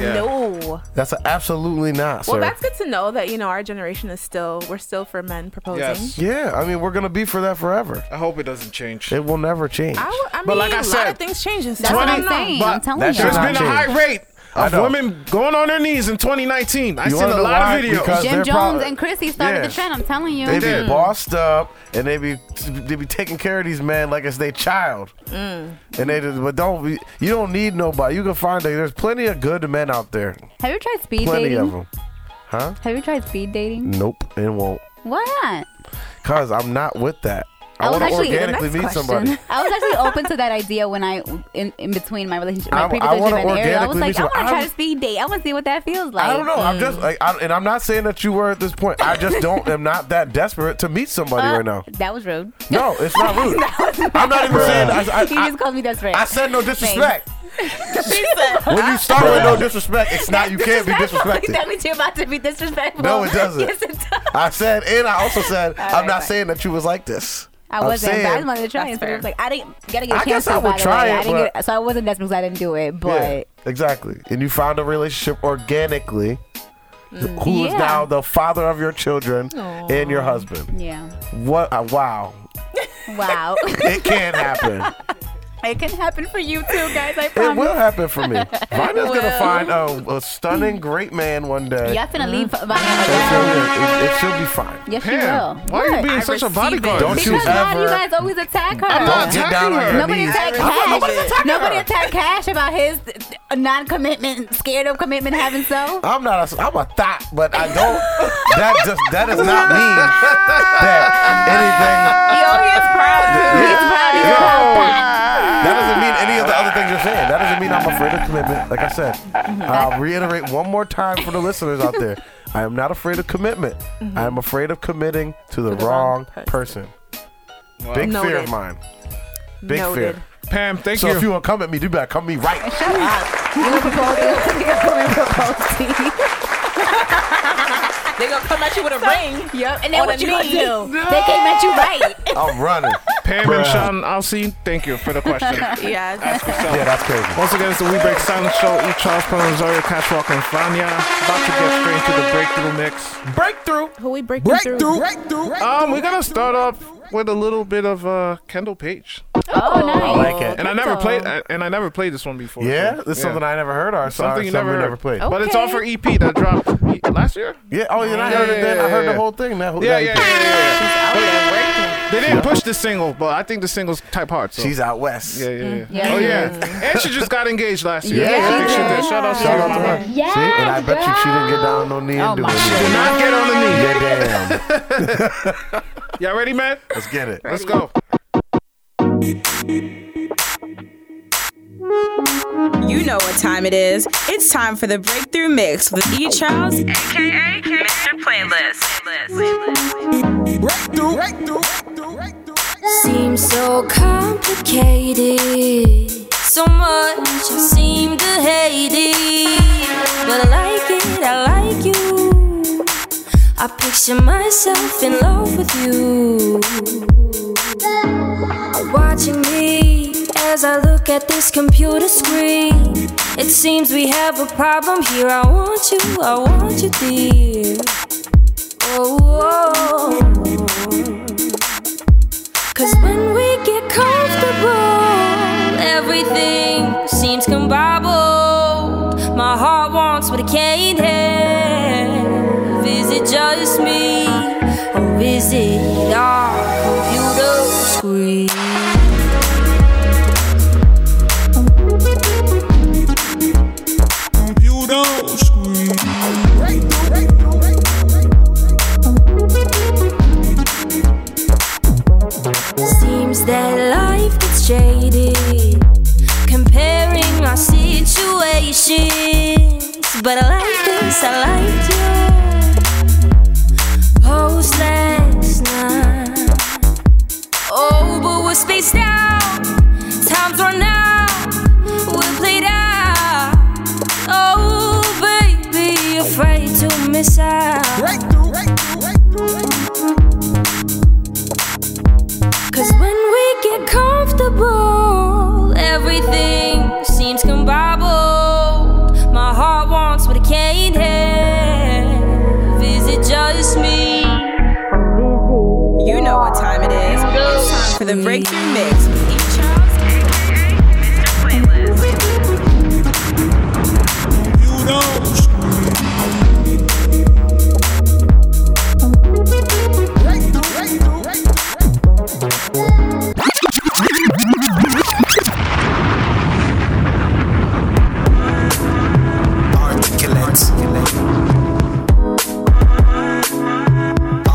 Yeah. No. That's a absolutely not, sir. Well, that's good to know that you know our generation is still we're still for men proposing. Yes. yeah, I mean we're gonna be for that forever. I hope it doesn't change. It will never change. I, w- I But mean, like a I lot said, of things changes. That's what I'm saying. but I'm telling that you. shit There's not been a change. high rate I of know. women going on their knees in 2019. I You seen wanna a know lot why? of videos. Because- Jim they're Jones prob- and Chrissy started Yeah. the trend. I'm telling you. They be Mm. Yeah. bossed up and they be they be taking care of these men like it's their child. Mm. And they just, but don't be, you don't need nobody. You can find there's plenty of good men out there. Have you tried speed Plenty dating? of them. Mm. Huh? Have you tried speed dating? Nope, it won't. Why not? Cause I'm not with that. I, want to the organically next meet question. somebody. I was actually open to that idea when I in, in between my relationship, my I- previous I wanna relationship and Ariel. I was organically meet like, I want someone. to try I'm- to speed date. I want to see what that feels like. I don't know. I'm just like, mm. I, and I'm not saying that you were at this point. I just don't am not that desperate to meet somebody Uh, right now. That was rude. No, it's not rude. I'm not even saying. I, I, he I, just called me desperate. I said no disrespect. She said, When you start with no disrespect, it's not. You can't be That disrespected. means you're about to be disrespectful. No, it doesn't. yes, it does. I said, and I also said, I'm right, not fine. saying that you was like this. I I'm wasn't. but I saying- just wanted to try it. So fair. I was like, I didn't gotta get a chance I guess to. I would by the try way. it, I didn't but- get, so I wasn't desperate because I didn't do it. But Yeah, exactly. And you found a relationship organically. who is Mm, Yeah. now the father of your children and your husband? yeah, What? Uh, wow! wow, It can happen. it can happen for you too, guys. I It promise. will happen for me. Vanya's gonna find a, a stunning great man one day. Y'all finna leave It's Vanna alone. gonna- It, it should be fine. Yes, you will. Pam, why are you What? being I such a receive bodyguard? it. Don't Because you why do you ever- guys always attack her? Don't get down on her. your Nobody knees. attacked Cash. Nobody attacked Cash about his uh, non-commitment, scared of commitment having so. I'm not. A, I'm a thought, but I don't. that just that does not mean that anything. "Yo, he is proud." Yeah. proud, he's Yo. proud, proud. That doesn't mean any of the other things you're saying. That doesn't mean I'm afraid of commitment. Like I said, Mm-hmm. I'll reiterate one more time for the listeners out there. I am not afraid of commitment. Mm-hmm. I am afraid of committing to the, wrong, person. Big fear Noted. of mine. Big Noted. fear. Pam, thank So you. if you want to come at me, do better come at me right. Shut up. You gonna propose? You gonna propose to you? They gonna come at you with a ring. Yep. And then On what the you gonna knee. do? They came at you right. I'm running. Pam Bruh. and Sean Alsey, thank you for the question. Yes. Yeah, that's crazy. Once again, it's the We Break Silence Show. E. Charles, Pam Rosario, Cashwalk, and Vanya. About to get straight into the breakthrough mix. Breakthrough! Who we breaking through? Um, we're gonna start off with a little bit of uh, Kendall Page, Oh, nice. I like it. and I never played, I- and I never played this one before. Yeah, so, this is something I never heard or something, Something you something never we heard. never played. But it's all for E EP that dropped y- last year. Yeah, oh, you know, I heard it then. I heard the whole thing. That, Yeah, that yeah, yeah. yeah, yeah. They didn't push the single, but I think the single's type hard. So. She's out west. yeah, yeah, yeah. Yeah, oh she yeah, and she just got engaged last year. Yeah, I think she she did. did. Shout out to Shout her, out to mama. her. See, and I bet you she didn't get down on no knee Oh and do my anything. Did not get on the knee. Yeah, damn. Y'all ready, man? Let's get it. Let's go. You know what time it is. It's time for the breakthrough mix with E. Charles AKA Mr. Playlist. Seems so complicated. So much I seem to hate it. But I like it, I like you. I picture myself in love with you. Watching me as I look at this computer screen. It seems we have a problem here. I want you, I want you, dear. Oh, oh. Cause when we get comfortable, everything seems combobbled. My heart wants what it can't have. Is it just me? Or is it our computer screen? Seems that life gets jaded. Comparing our situations. But I like this, I liked you. Post last night. Oh, but we're spaced out. Time's run out. We're played out. Oh, baby, afraid to miss out. Cause when we get comfortable, everything seems combobbled. My heart wants what it can't have. Is it just me? You know what time it is. It's time for the breakthrough mix with E. Charles.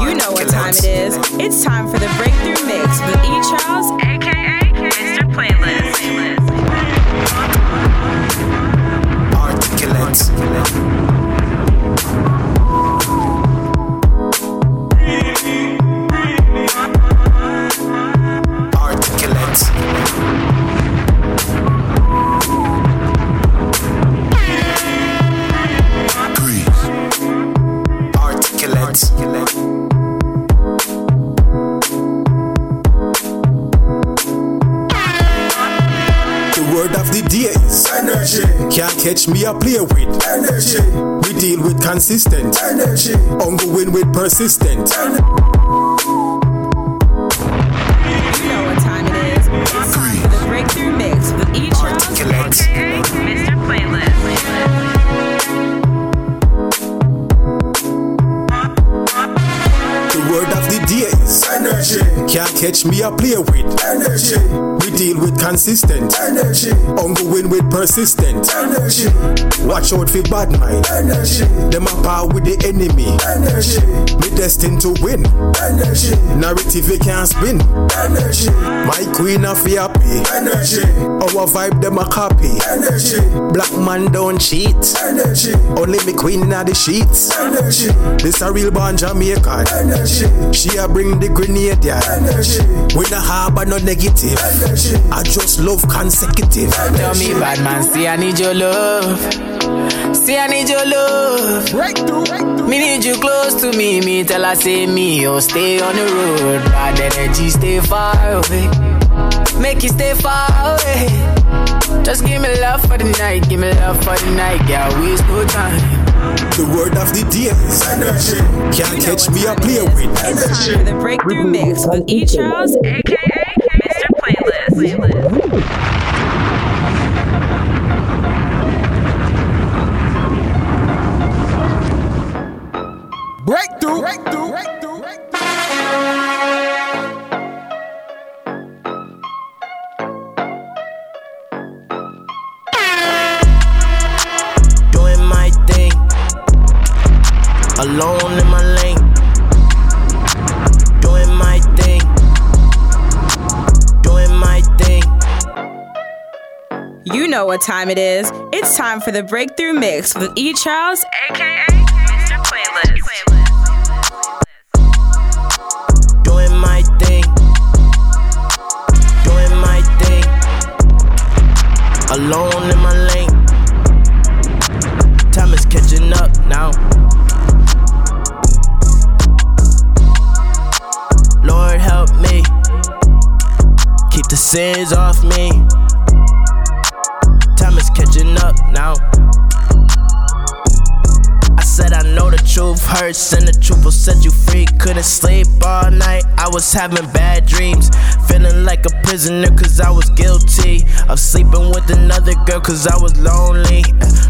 You know what time it is. It's time for the breakthrough mix with E. Charles. AKA Mr. Playlist. The word of the day is energy. Can't catch me, I play with energy. We deal with consistent energy. Ongoing with persistent. You know what time it is. It's time for the breakthrough mix with E. Charles. AKA Mr. Playlist. The word of the day is energy. Can't catch me a play with energy. We deal with consistent energy. Ongoing with persistent energy. Watch out for bad mind energy. Them a power with the enemy energy. Me destined to win energy. Narrative we can't spin energy. My queen of happy energy. Our vibe them a copy energy. Black man don't cheat energy. Only me queen inna the sheets energy. This a real born Jamaican energy. She a bring the grenade yeah. energy. We no harbor no negative energy. I just love consecutive. Tell me, bad man, see I need your love. See I need your love. Right through, right through. Me need you close to me. Me tell I say me, oh stay on the road. Bad energy, stay far away. Make you stay far away. Just give me love for the night. Give me love for the night. Yeah, waste no time. The word of the day is energy. Can't catch me a play with energy. The breakthrough mix with E Charles, aka Mr. Playlist. Breakthrough, breakthrough, breakthrough, breakthrough. doing my thing. Alone in my lane. Doing my thing. Doing my thing. You know what time it is. It's time for the breakthrough mix with E Charles, aka Mr. Playlist. Doing my thing. Doing my thing. Alone in my lane. Time is catching up now. Lord help me. Keep the sins off me. Time is catching up now. I said I know the truth hurts and the truth will set you free. Couldn't sleep all night, I was having bad dreams. Feeling like a prisoner cause I was guilty of sleeping with another girl cause I was lonely.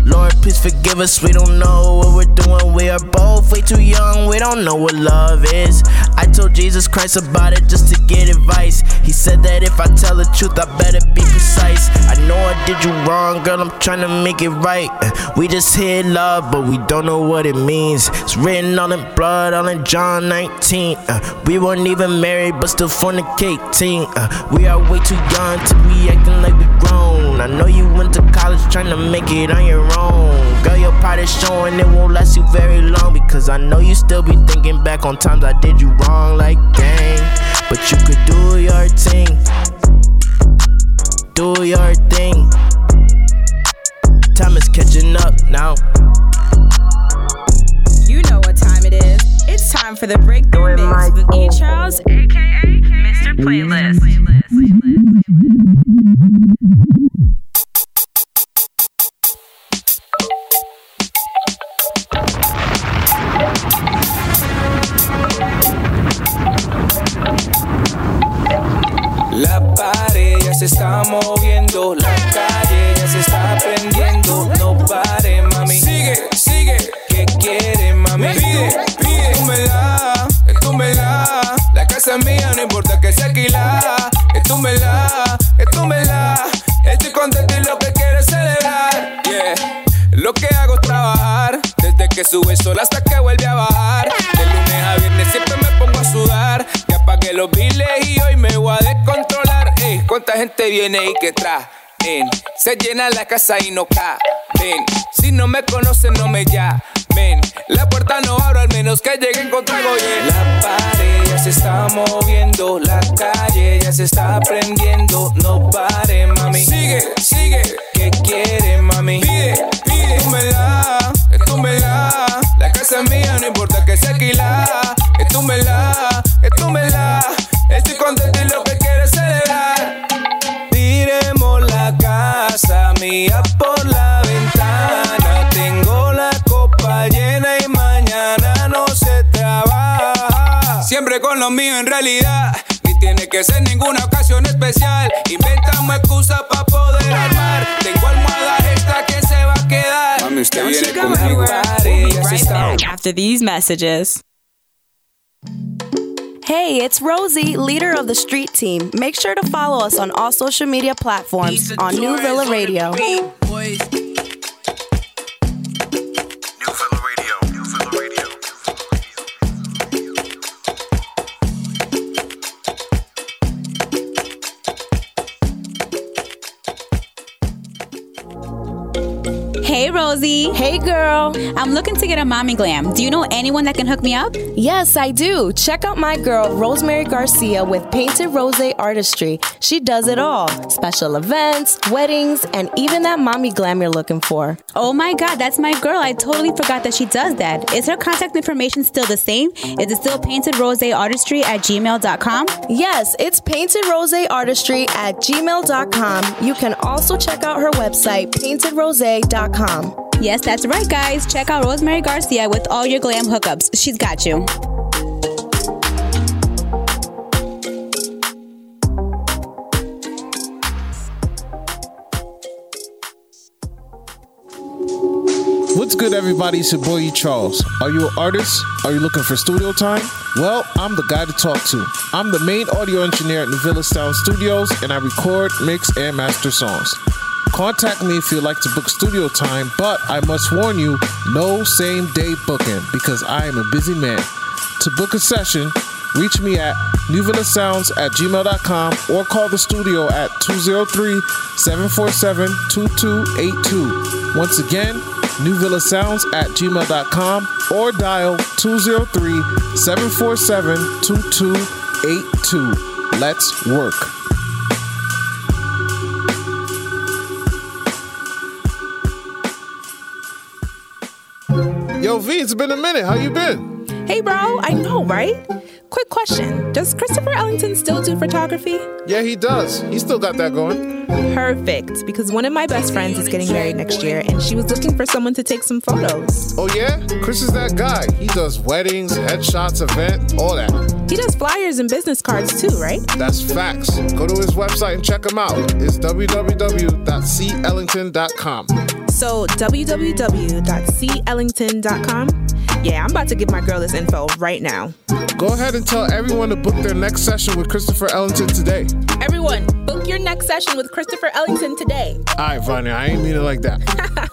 Lord, please forgive us, we don't know what we're doing. We are both way too young, we don't know what love is. I told Jesus Christ about it just to get advice. He said that if I tell the truth, I better be precise. I know I did you wrong, girl, I'm trying to make it right. Uh, We just hear love, but we don't know what it means. It's written all in blood, all in John 19. Uh, we weren't even married, but still fornicating. Uh, we are way too young to be acting like we grown. I know you went to college trying to make it on your own. Girl, your pride is showing it won't last you very long because I know you still be thinking back on times I did you wrong, like dang. But you could do your thing, do your thing. Time is catching up now. You know what time it is. It's time for the breakthrough mix with E Charles, aka Mr. Playlist. La pared ya se está moviendo, la calle ya se está prendiendo. No pare, mami. Sigue, sigue. ¿Qué quiere, mami? Pide, pide. Túmela, túmela. La casa es mía, no importa que sea alquilada. Estúmela, estúmela. Estoy contento y lo que quiero es celebrar. Yeah. Lo que hago es trabajar. Desde que sube el sol hasta que vuelve a bajar. De lunes a viernes siempre me pongo a sudar. Ya pagué los biles y hoy me voy a descontrolar. Ey, cuánta gente viene y que traen. Se llena la casa y no caben. Si no me conocen, no me llamen. La puerta no abro al menos que lleguen con trago bien. La pared ya se está moviendo. La calle ya se está prendiendo. No pare, mami. Sigue, sigue. ¿Qué quiere, mami? Pide, pide. Túmela, túmela. La casa es mía, no importa que sea alquilada. Estúmela, estúmela. Estoy contento y lo que quiero es celebrar. Tiremos la casa mía por la ventana. Tengo la copa llena y mañana no se trabaja. Siempre con lo mío en realidad. Ni tiene que ser ninguna ocasión especial. Inventamos excusas para poder armar. Tengo almohada extra que se va a quedar. Mami, usted Don't you go anywhere. We'll be right back after these messages. Hey, it's Rosie, leader of the street team. Make sure to follow us on all social media platforms on New Villa Radio. Hey, Rosie. Hey, girl. I'm looking to get a mommy glam. Do you know anyone that can hook me up? Yes, I do. Check out my girl, Rosemary Garcia, with Painted Rose Artistry. She does it all special events, weddings, and even that mommy glam you're looking for. Oh my God, that's my girl. I totally forgot that she does that. Is her contact information still the same? Is it still paintedroseartistry at gmail.com? Yes, it's paintedroseartistry at gmail.com. You can also check out her website, paintedrose.com. Yes, that's right, guys. Check out Rosemary Garcia with all your glam hookups. She's got you. What's good, everybody? It's your boy, E. Charles. Are you an artist? Are you looking for studio time? Well, I'm the guy to talk to. I'm the main audio engineer at Nuvilla Sound Studios, and I record, mix, and master songs. Contact me if you'd like to book studio time, but I must warn you no same day booking because I am a busy man. To book a session, reach me at newvillasounds at gmail.com or call the studio at 203 747 2282. Once again, New Villa Sounds at gmail.com or dial 203 747 2282. Let's work. Yo, V, it's been a minute. How you been? Hey, bro, I know, right? Quick question Does Christopher Ellington still do photography? Yeah, he does. He still got that going. Perfect, because one of my best friends is getting married next year and she was looking for someone to take some photos. Oh, yeah? Chris is that guy. He does weddings, headshots, event, all that. He does flyers and business cards too, right? That's facts. Go to his website and check him out. It's www.cellington.com. So, www.cellington.com. Yeah, I'm about to give my girl this info right now. Go ahead and tell everyone to book their next session with Christopher Ellington today. Everyone, book your next session with Christopher Ellington today. All right, Vanya, I ain't mean it like that.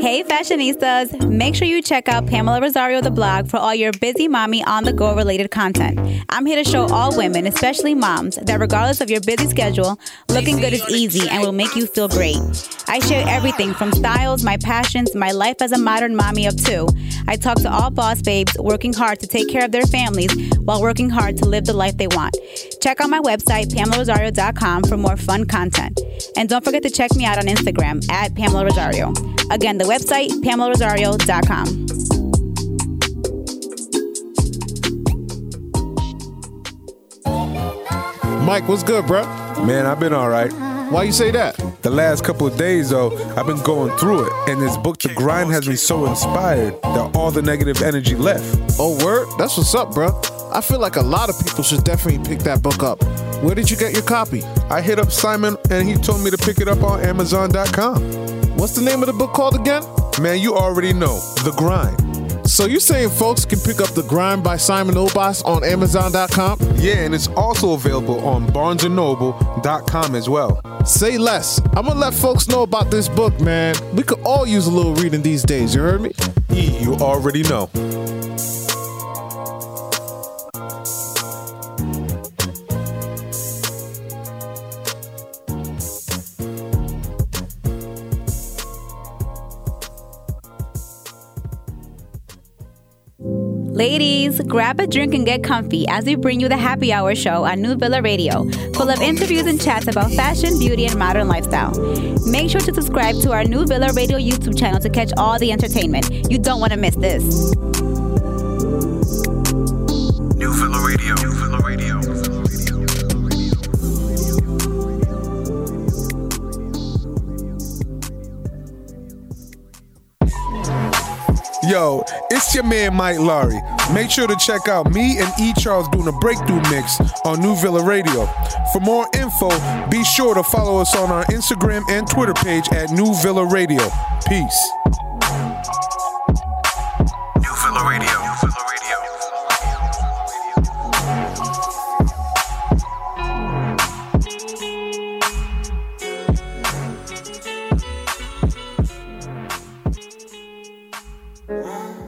Hey, fashionistas. Make sure you check out Pamela Rosario, the blog, for all your busy mommy on the go related content. I'm here to show all women, especially moms, that regardless of your busy schedule, looking good is easy and will make you feel great. I share everything from styles, my passions, my life as a modern mommy of two. I talk to all boss babes working hard to take care of their families while working hard to live the life they want. Check out my website, PamelaRosario.com, for more fun content. And don't forget to check me out on Instagram at Pamela Rosario. Again, the website, PamelaRosario.com. Mike, what's good, bro? Man, I've been all right. Why you say that? The last couple of days, though, I've been going through it, and this book, The Grind, has me so inspired that all the negative energy left. Oh, word? That's what's up, bro. I feel like a lot of people should definitely pick that book up. Where did you get your copy? I hit up Simon, and he told me to pick it up on Amazon.com. What's the name of the book called again? Man, you already know The Grind. So you saying folks can pick up The Grind by Simon Obas on Amazon.com? Yeah, and it's also available on BarnesandNoble.com as well. Say less. I'm gonna let folks know about this book, man. We could all use a little reading these days, you heard me? E, you already know. Ladies, grab a drink and get comfy as we bring you the happy hour show on New Villa Radio, full of interviews and chats about fashion, beauty, and modern lifestyle. Make sure to subscribe to our New Villa Radio YouTube channel to catch all the entertainment. You don't want to miss this. New Villa Radio. New Villa Radio. Yo, it's your man Mike Laurie. Make sure to check out me and E Charles doing a breakthrough mix on New Villa Radio. For more info, be sure to follow us on our Instagram and Twitter page at New Villa Radio. Peace. New Villa Radio. New Villa Radio.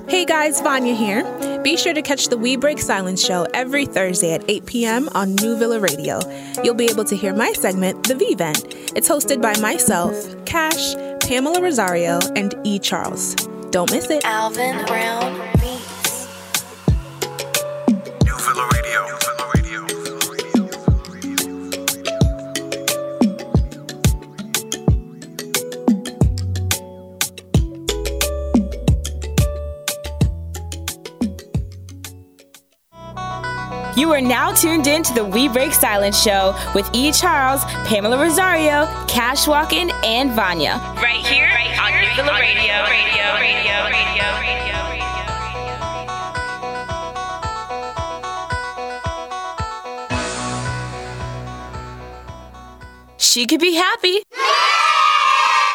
Hey guys, Vanya here. Be sure to catch the We Break Silence show every Thursday at 8 p.m. on New Villa Radio. You'll be able to hear my segment, The V Vent. It's hosted by myself, Cash, Pamela Rosario, and E. Charles. Don't miss it. Alvin Brown. New Villa Radio. New Villa Radio. You are now tuned in to the We Break Silence show with E. Charles, Pamela Rosario, Cash Walken, and Vanya. Right here, right on New Villa Radio. Radio, radio, radio, radio. She could be happy.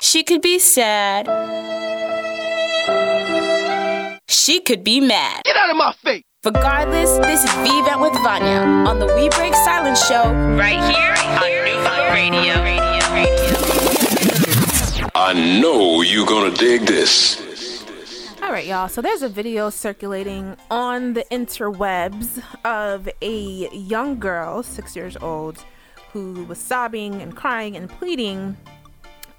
She could be sad. She could be mad. Get out of my face! Regardless, this is V-Vent with Vanya on the We Break Silence show. Right here on New Radio, radio, I know you gonna dig this. All right, y'all. So there's a video circulating on the interwebs of a young girl, six years old, who was sobbing and crying and pleading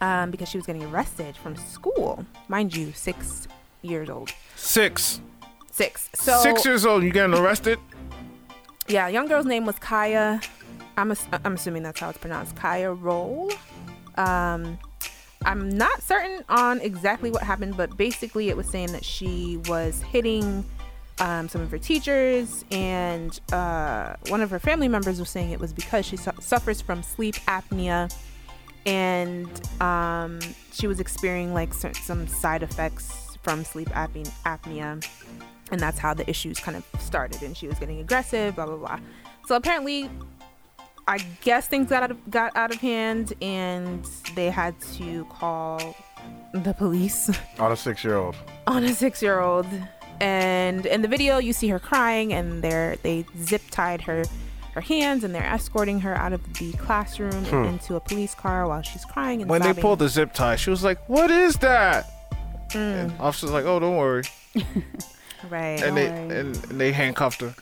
um, because she was getting arrested from school. Mind you, six years old. Six. Six. So Six years old, you getting arrested? Yeah, young girl's name was Kaya. I'm ass- I'm assuming that's how it's pronounced. Kaya Roll. Um, I'm not certain on exactly what happened, but basically it was saying that she was hitting um, some of her teachers, and uh, one of her family members was saying it was because she su- suffers from sleep apnea, and um, she was experiencing like cer- some side effects from sleep apne- apnea, and that's how the issues kind of started. And she was getting aggressive, blah blah blah. So apparently, I guess things got out of, got out of hand, and they had to call the police On a six year old. on a six year old. And in the video, you see her crying, and they're, they zip tied her her hands, and they're escorting her out of the classroom Hmm. and into a police car while she's crying. And When they sobbing. pulled the zip tie, she was like, What is that? Mm, Officer's like, Oh, don't worry. right, And they right. and, and they handcuffed her.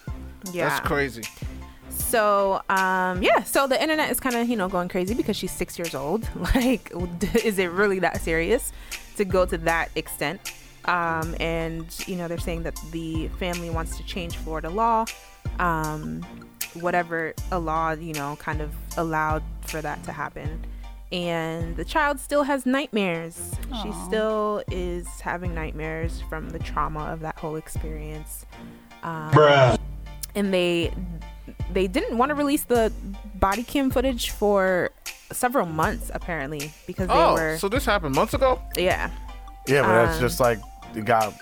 Yeah. That's crazy. So, um, yeah, so the internet is kind of, you know, going crazy because she's six years old. Like, is it really that serious to go to that extent? Um, and, you know, they're saying that the family wants to change Florida law, um, whatever a law, you know, kind of allowed for that to happen. And the child still has nightmares. She Aw. still is having nightmares from the trauma of that whole experience. Um, Bruh. and they they didn't want to release the body cam footage for several months apparently because they Oh, were so this happened months ago? yeah Yeah, but that's Um, just like it got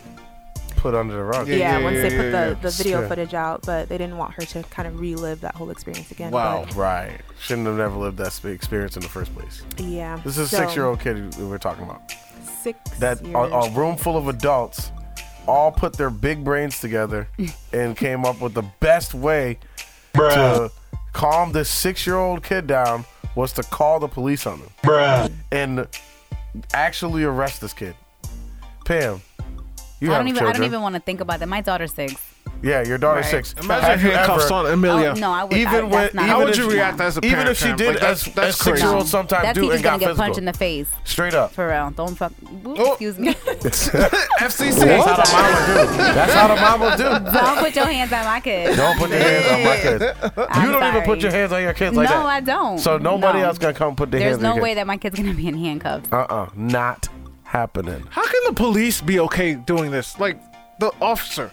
put under the rug. yeah, once they put the, the video footage out but they didn't want her to kind of relive that whole experience again Wow, right. Shouldn't have never lived that sp- experience in the first place. but yeah This is a so, six year old kid we we're talking about. six That a, a room full of adults all put their big brains together and came up with the best way Bruh. to calm this six year old kid down was to call the police on him. Bruh. And actually arrest this kid. Pam, you I have don't even. children. I don't even want to think about that. My daughter's six. Yeah, your daughter's Right. six. Imagine Have you handcuffs ever- on Amelia. Oh, no, I would- I- even that's when, not- even How would if- you react as a Even parent, if she fam? did, Like, as, that's- as that's crazy. six year old sometimes that do teacher's and got gonna get physical. Oh. punched in the face. Straight up. For real. Don't fuck. Ooh, Excuse me. FCC. That's how the mama do. That's how the mama do. Don't put your hands on my kid. Don't put your hands on my kids. you don't even put your hands on your kids like no, that. I don't. So nobody No. else gonna come put their There's hands no on your way that my kid's gonna be in handcuffs. Uh uh Not happening. How can the police be okay doing this? Like the officer.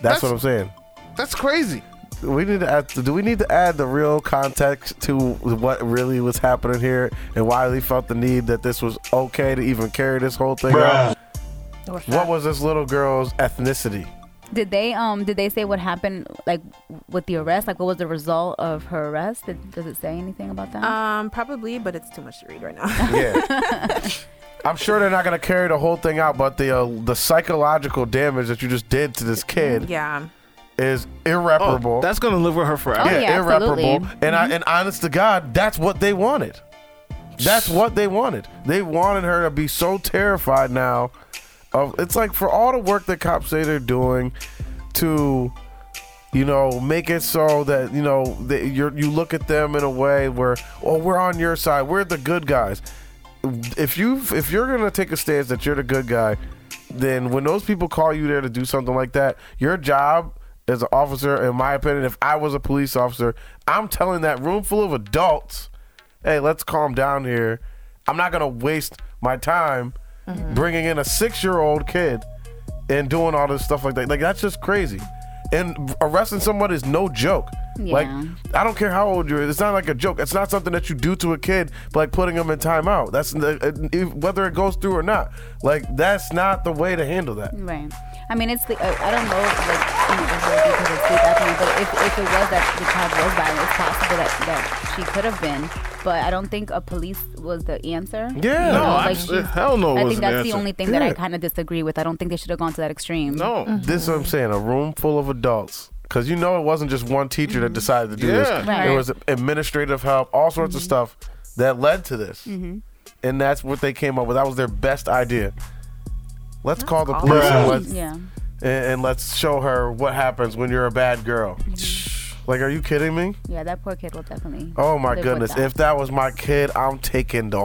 That's, what I'm saying. That's crazy. We need to add, do we need to add the real context to what really was happening here and why they felt the need that this was okay to even carry this whole thing out? What was this little girl's ethnicity? Did they um did they say what happened like with the arrest? Like what was the result of her arrest? Did, does it say anything about that? Um, probably, but it's too much to read right now. Yeah. I'm sure they're not gonna carry the whole thing out, but the uh, the psychological damage that you just did to this kid yeah. is irreparable. Oh, that's gonna live with her forever. yeah, Oh, yeah, irreparable. absolutely. Mm-hmm. And I, and honest to God, that's what they wanted. That's what they wanted. They wanted her to be so terrified now. Of it's like for all the work that cops say they're doing to, you know, make it so that you know that you you look at them in a way where oh we're on your side, we're the good guys. If you if you're gonna take a stance that you're the good guy, then when those people call you there to do something like that, your job as an officer, in my opinion, if I was a police officer, I'm telling that room full of adults, hey, let's calm down here. I'm not gonna waste my time bringing in a six year old kid and doing all this stuff like that. Like that's just crazy. And arresting someone is no joke. Like Yeah. I don't care how old you are. It's not like a joke. It's not something that you do to a kid, like putting them in timeout. That's uh, whether it goes through or not. Like that's not the way to handle that. Right. I mean, it's the uh, I don't know if, like you know, it was because it's sleep apnea, but if, if it was that the child was violent, it's possible that, that she could have been. But I don't think a police was the answer. Yeah. You No, know, abs- she's- hell no, it I wasn't think the that's the answer. only thing that I Yeah. kind of disagree with. I don't think they should have gone to that extreme. No. This is what I'm saying. A room full of adults. Because you know it wasn't just one teacher that decided to do Yeah. Mm-hmm. this. Right. There was administrative help, all sorts of stuff that led to this. Mhm. And that's what they came up with. That was their best idea. Let's call the awesome. police Right. and, let's, Yeah. and, and let's show her what happens when you're a bad girl. Mm-hmm. Like, are you kidding me? Yeah, that poor kid will definitely. Oh my live with goodness. that. If that was my kid, I'm taking the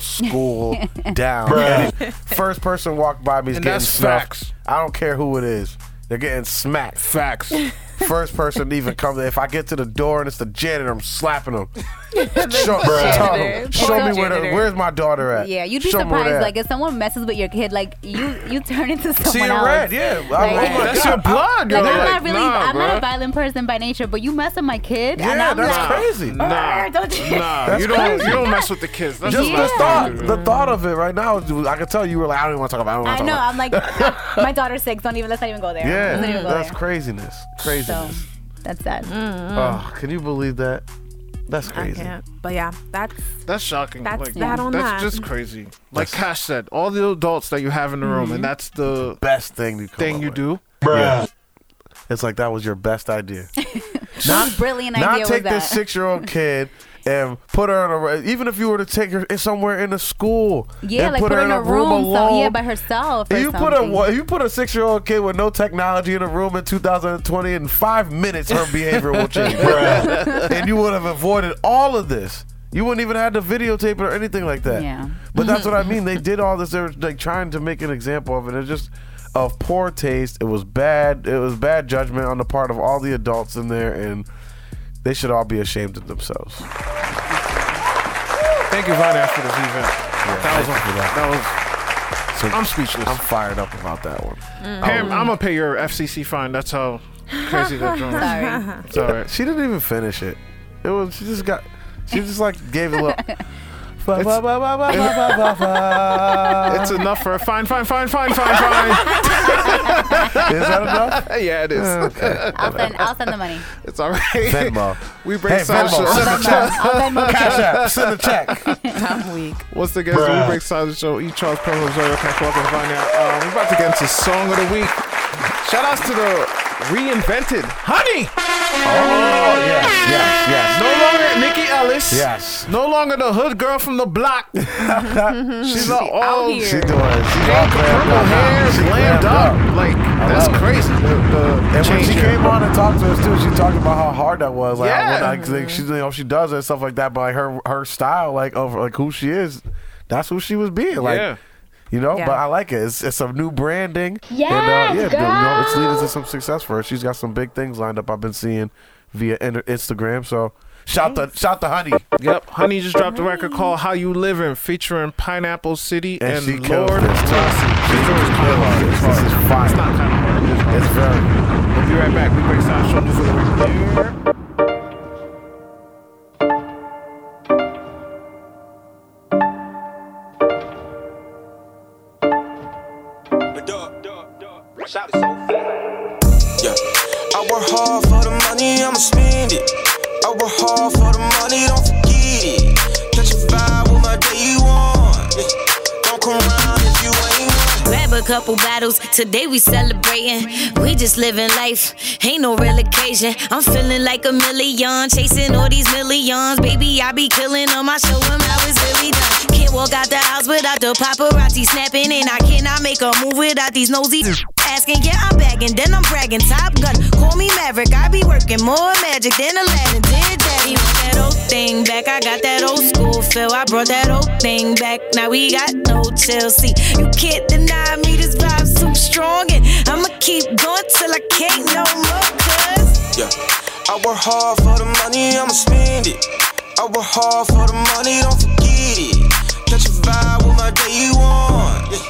school down. Bruh. First person walked by me is And getting that's snuffed. facts. I don't care who it is. They're getting smacked. Facts. First person to even comes. If I get to the door and it's the janitor, I'm slapping him. show Bruh. tell him, It's show a me where the, janitor. where's my daughter at. Yeah, you'd be Show me where surprised. they at. Like if someone messes with your kid, like you you turn into someone See it else. red, yeah. I'm- Like- oh my That's God. your Like, blood, yo. I'm Like, not really. nah, I'm not bruh. a violent person by nature, but you mess with my kid, and Yeah, I'm that's like, crazy. Nah, "Arr, don't you-" nah, That's you don't crazy. you don't mess with the kids. That's Just what the I'm thought, saying, the thought of it right now. I can tell you were like, I don't even want to talk about. it. I I don't know. want I'm like, my daughter's six. Don't even let's not even go to talk about. there. it." Let's not Yeah, even go that's there. craziness. Craziness. So mm. that's that. Oh, can you believe that? That's I crazy. can't. But yeah, that's That's shocking. That's like, that on that's that. just crazy. Like Cash said, all the adults that you have in the room, and that's the Mm-hmm. best thing you thing you do. Bruh. It's like that was your best idea. Not brilliant idea Not was take that. this six year old kid and put her in a ro- even if you were to take her in somewhere in a school. yeah, and like put her in a room. so, alone. yeah, by herself. Or If you put a something. wa- you put a six year old kid with no technology in a room in 2020 in five minutes, her behavior will change, and you would have avoided all of this. You wouldn't even have to videotape it or anything like that. Yeah. But that's what I mean. They did all this. They were like trying to make an example of it. It's just of poor taste. It was bad. It was bad judgment on the part of all the adults in there, and they should all be ashamed of themselves. Thank you, Vanya, for this event. that was that was. So- I'm speechless. I'm fired up about that one. Mm. Oh. Pam, I'm gonna pay your FCC fine. That's how crazy that joint. Sorry. It's all right. She didn't even finish it. It was she just got she just like gave a little Ba, ba, ba, ba, ba, ba, ba, ba. It's enough for a fine, fine, fine, fine, fine, fine. Is that enough? yeah, it is. Okay. I'll send. I'll send the money. It's all right. Venmo. We break Hey, silence. Venmo, Show. send a check. I'll Venmo Cash you. app, send a check. I'm weak. Once again, it's the We Break Silence Show. E. Charles Perlo, Zoya Cash Walker, Vanya. Uh, we're about to get into Song of the Week. Shout outs to the reinvented Honey. Oh, yes, yes, yes. No longer Nikki Ellis. Yes. No longer the hood girl from the block. She's not all She doing. She's all purple hair, glammed up. Like, that's crazy. The, the And when change she here. came on and talked to us too, she talked about how hard that was. Like, Yeah. when I, like she, you know, she does it and stuff like that. But like her, her style, like of like who she is, that's who she was being. Like, Yeah. you know. Yeah. But I like it. It's, it's some new branding. Yes, and, uh, yeah, you know, it's girl. leading to some success for her. She's got some big things lined up. I've been seeing via in- Instagram. So shout the shout the honey. Yep, Honey just dropped a record called "How You Living" featuring Pineapple City And and, she killed Lord this, too. Rossi. She killed this kind of hard. It's hard. It's not kind of hard. It's, hard. it's very. We'll be right back. We break sound show news of the week. Yeah. I work hard for the money, I'ma spend it. I work hard for the money, don't forget it. Catch a vibe with my day you want. Yeah. Don't come around if you ain't Grab a couple bottles, today we celebrating. We just living life, ain't no real occasion. I'm feeling like a million, chasing all these millions. Baby, I be killing them, I show them how it's really done. Can't walk out the house without the paparazzi snapping, and I cannot make a move without these nosy asking. Yeah, I'm bagging, then I'm bragging. Top gun, call me Maverick. I be working more magic than Aladdin. Did daddy want that old thing back? I got that old school feel. I brought that old thing back. Now we got no chill. See, you can't deny me. This vibe's too strong, and I'ma keep going till I can't no more. Cause Yeah. I work hard for the money, I'ma spend it. I work hard for the money, don't forget it. Catch a vibe with my day you want. Yeah.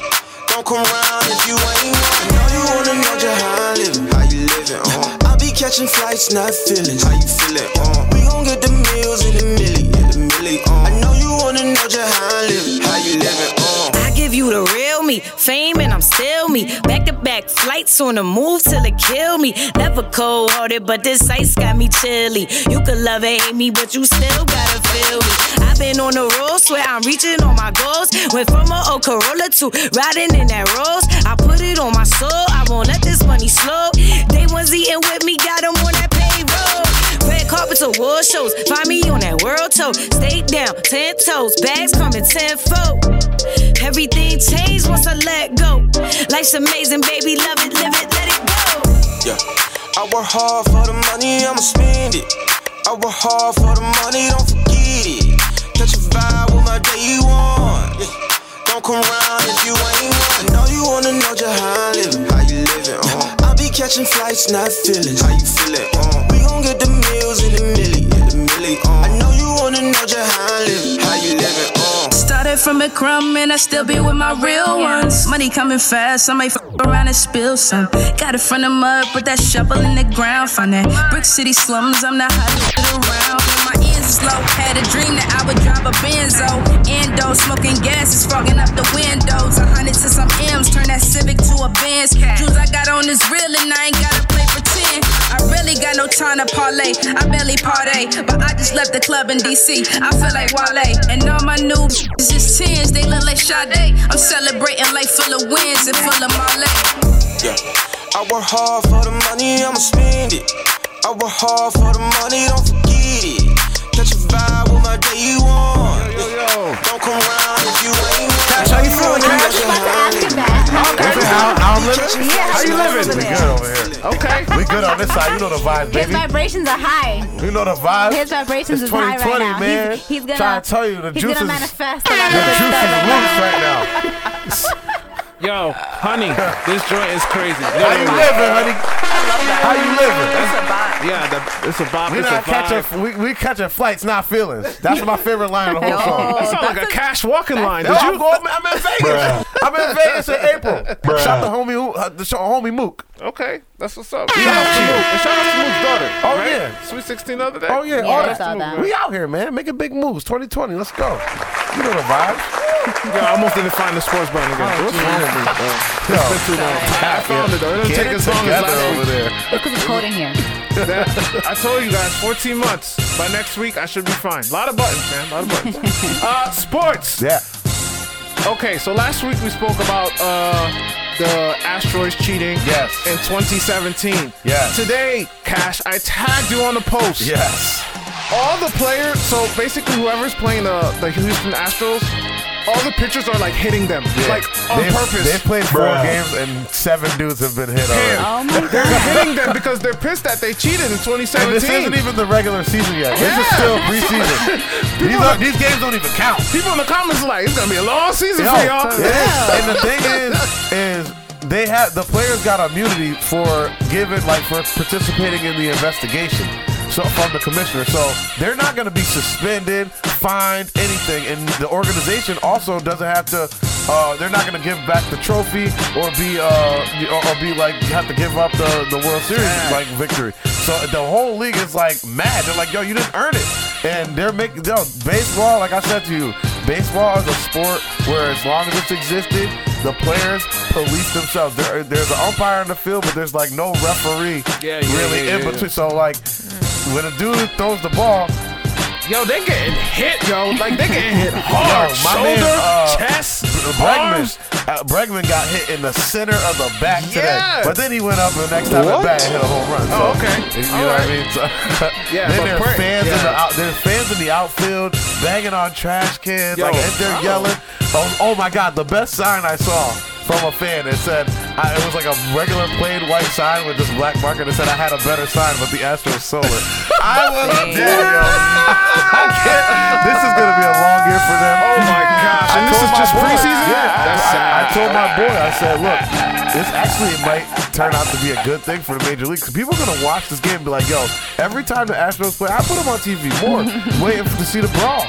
Don't come round if you ain't want. Now you wanna know just how I living, how you living, uh. I be catching flights, not feelings. How you feeling, uh. We gon' get the meals in the milli, in the milli, uh. I know you wanna know just how I living, how you living, uh. I give you the real me, fame and I'm still me. Back to back flights on the move till it kill me. Never cold hearted, but this ice got me chilly. You could love and hate me, but you still gotta feel me. I've been on the road, swear I'm reaching all my goals. Went from a old Corolla to riding in that Rolls. I put it on my soul, I won't let this money slow. Day one's eating with me, got 'em on that payroll. Red carpets, award shows. Find me on that world tour. Stay down, ten toes. Bags coming tenfold. Everything changed once I let go. Life's amazing, baby. Love it, live it, let it go. Yeah. I work hard for the money, I'ma spend it. I work hard for the money, don't forget it. Catch a vibe with my day you want. Yeah. Don't come round if you ain't want. I know you wanna know just how I living, how you living, uh. I be catching flights, not feelings. How you feeling, uh. We gon' get the meals in the milli, in the milli, uh. I know you wanna know just how I living, how you living, uh. Started from a crumb and I still be with my real ones. Money coming fast, I might f- around and spill some. Got it from the mud, put that shovel in the ground. Find that brick city slums, I'm not hiding it around. And my ends is low, had a dream that I would drive a Benzo. Endo, smoking gas is fogging up the windows. A hundred to some M's, turn that Civic to a Benz. Jewels I got on is real and I ain't gotta play pretend. I really got no time to parlay. I barely party, but I just left the club in DC. I feel like Wale, and all my new is just tens. They look like Sade. I'm celebrating life full of wins and full of Marley. Yeah. I work hard for the money, I'ma spend it. I work hard for the money, don't forget it. Catch a vibe with my day you want. Don't come round if you ain't want. Cash, how you feeling, Cash? How I'm living? How you living? We Yeah. good over here. Okay. We good on this side. You know the vibes, His baby. vibrations are high. You know the vibes. His vibrations is It's high right 2020, now. Man. He's, he's gonna. Trying to tell you the he's juice gonna is manifest. the juice is loose right now. Yo, honey, this joint is crazy. How you living, honey? How you living? Yeah, the, it's a bop. We it's not a vibe. catching we, we catching flights, not feelings. That's my favorite line of the whole song. That sounds like a cash walking line. Did I'm, you? going, I'm in Vegas. I'm in Vegas in April. Shout the homie, who- uh, the show, homie Mook. Okay, that's what's up. Shout out to Mook. And shout out to Mook's daughter. Oh right? yeah, Sweet 16 the other day. Oh yeah, Shout all out that. to Mook, man. We out here, man. Making big moves. 2020. Let's go. You know the vibes. Yo, I almost didn't find the sports button again. Oh, What's geez. wrong with me? Yo. It's been too long. I found it though. It doesn't Get take it as long as together last over week. there. Because it's cold in here. That- I told you guys, 14 months. By next week, I should be fine. A lot of buttons, man. A lot of buttons. uh, sports. Yeah. Okay, so last week we spoke about uh, the asteroids cheating. Yes. In 2017. Yes. Today, Cash, I tagged you on the post. Yes. All the players, so basically whoever's playing the, the Houston Astros, all the pitchers are like hitting them, Yeah. like on They've- purpose. They've played four Bruh. games and seven dudes have been hit already. Yeah. They're hitting them because they're pissed that they cheated in 2017. And this isn't even the regular season yet. This is still preseason. these, are, these games don't even count. People in the comments are like, it's gonna be a long season Yo, for y'all. yeah. And the thing is, is they have the players got immunity for giving like for participating in the investigation. So from the commissioner, so they're not going to be suspended, fined, anything, and the organization also doesn't have to. Uh, they're not going to give back the trophy or be uh, or, or be like have to give up the, the World Series like victory. So the whole league is like mad. They're like, yo, you didn't earn it, and they're making yo baseball. Like I said to you, baseball is a sport where as long as it's existed, the players police themselves. There, there's an umpire in the field, but there's like no referee Yeah, yeah, really yeah, in yeah, between. So like, when a dude throws the ball, Yo, they getting hit, yo. Like they getting hit hard. Yo, my man, Shoulder, uh, chest, Bregman, arms. uh, Bregman got hit in the center of the back today, Yes. but then he went up the next time at What? bat and hit a home run. So, Oh, okay. You know All what I right. mean? So, Yeah, then but there's pray. fans in the Yeah. out, there's fans in the outfield banging on trash cans, Yo. like and they're Oh. yelling. Oh, oh my God! The best sign I saw from a fan it said I, it was like a regular plain white sign with this black marker that said I had a better sign, but the Astros sold it. I was dead, yo. I can't- This is gonna be a long year for them. Oh my gosh! And this is just preseason? Yeah, That's I- I- sad. I told my boy, I said, look, this actually might turn out to be a good thing for the major leagues. 'Cause People are gonna watch this game and be like, yo, every time the Astros play, I put them on TV more, waiting for, to see the brawl.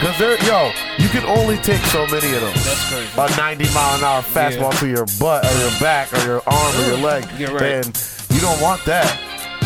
Cause they're yo, you can only take so many of them. That's crazy. A 90 mile an hour fastball Yeah. to your butt or your back or your arm or your leg, Yeah, right. and you don't want that.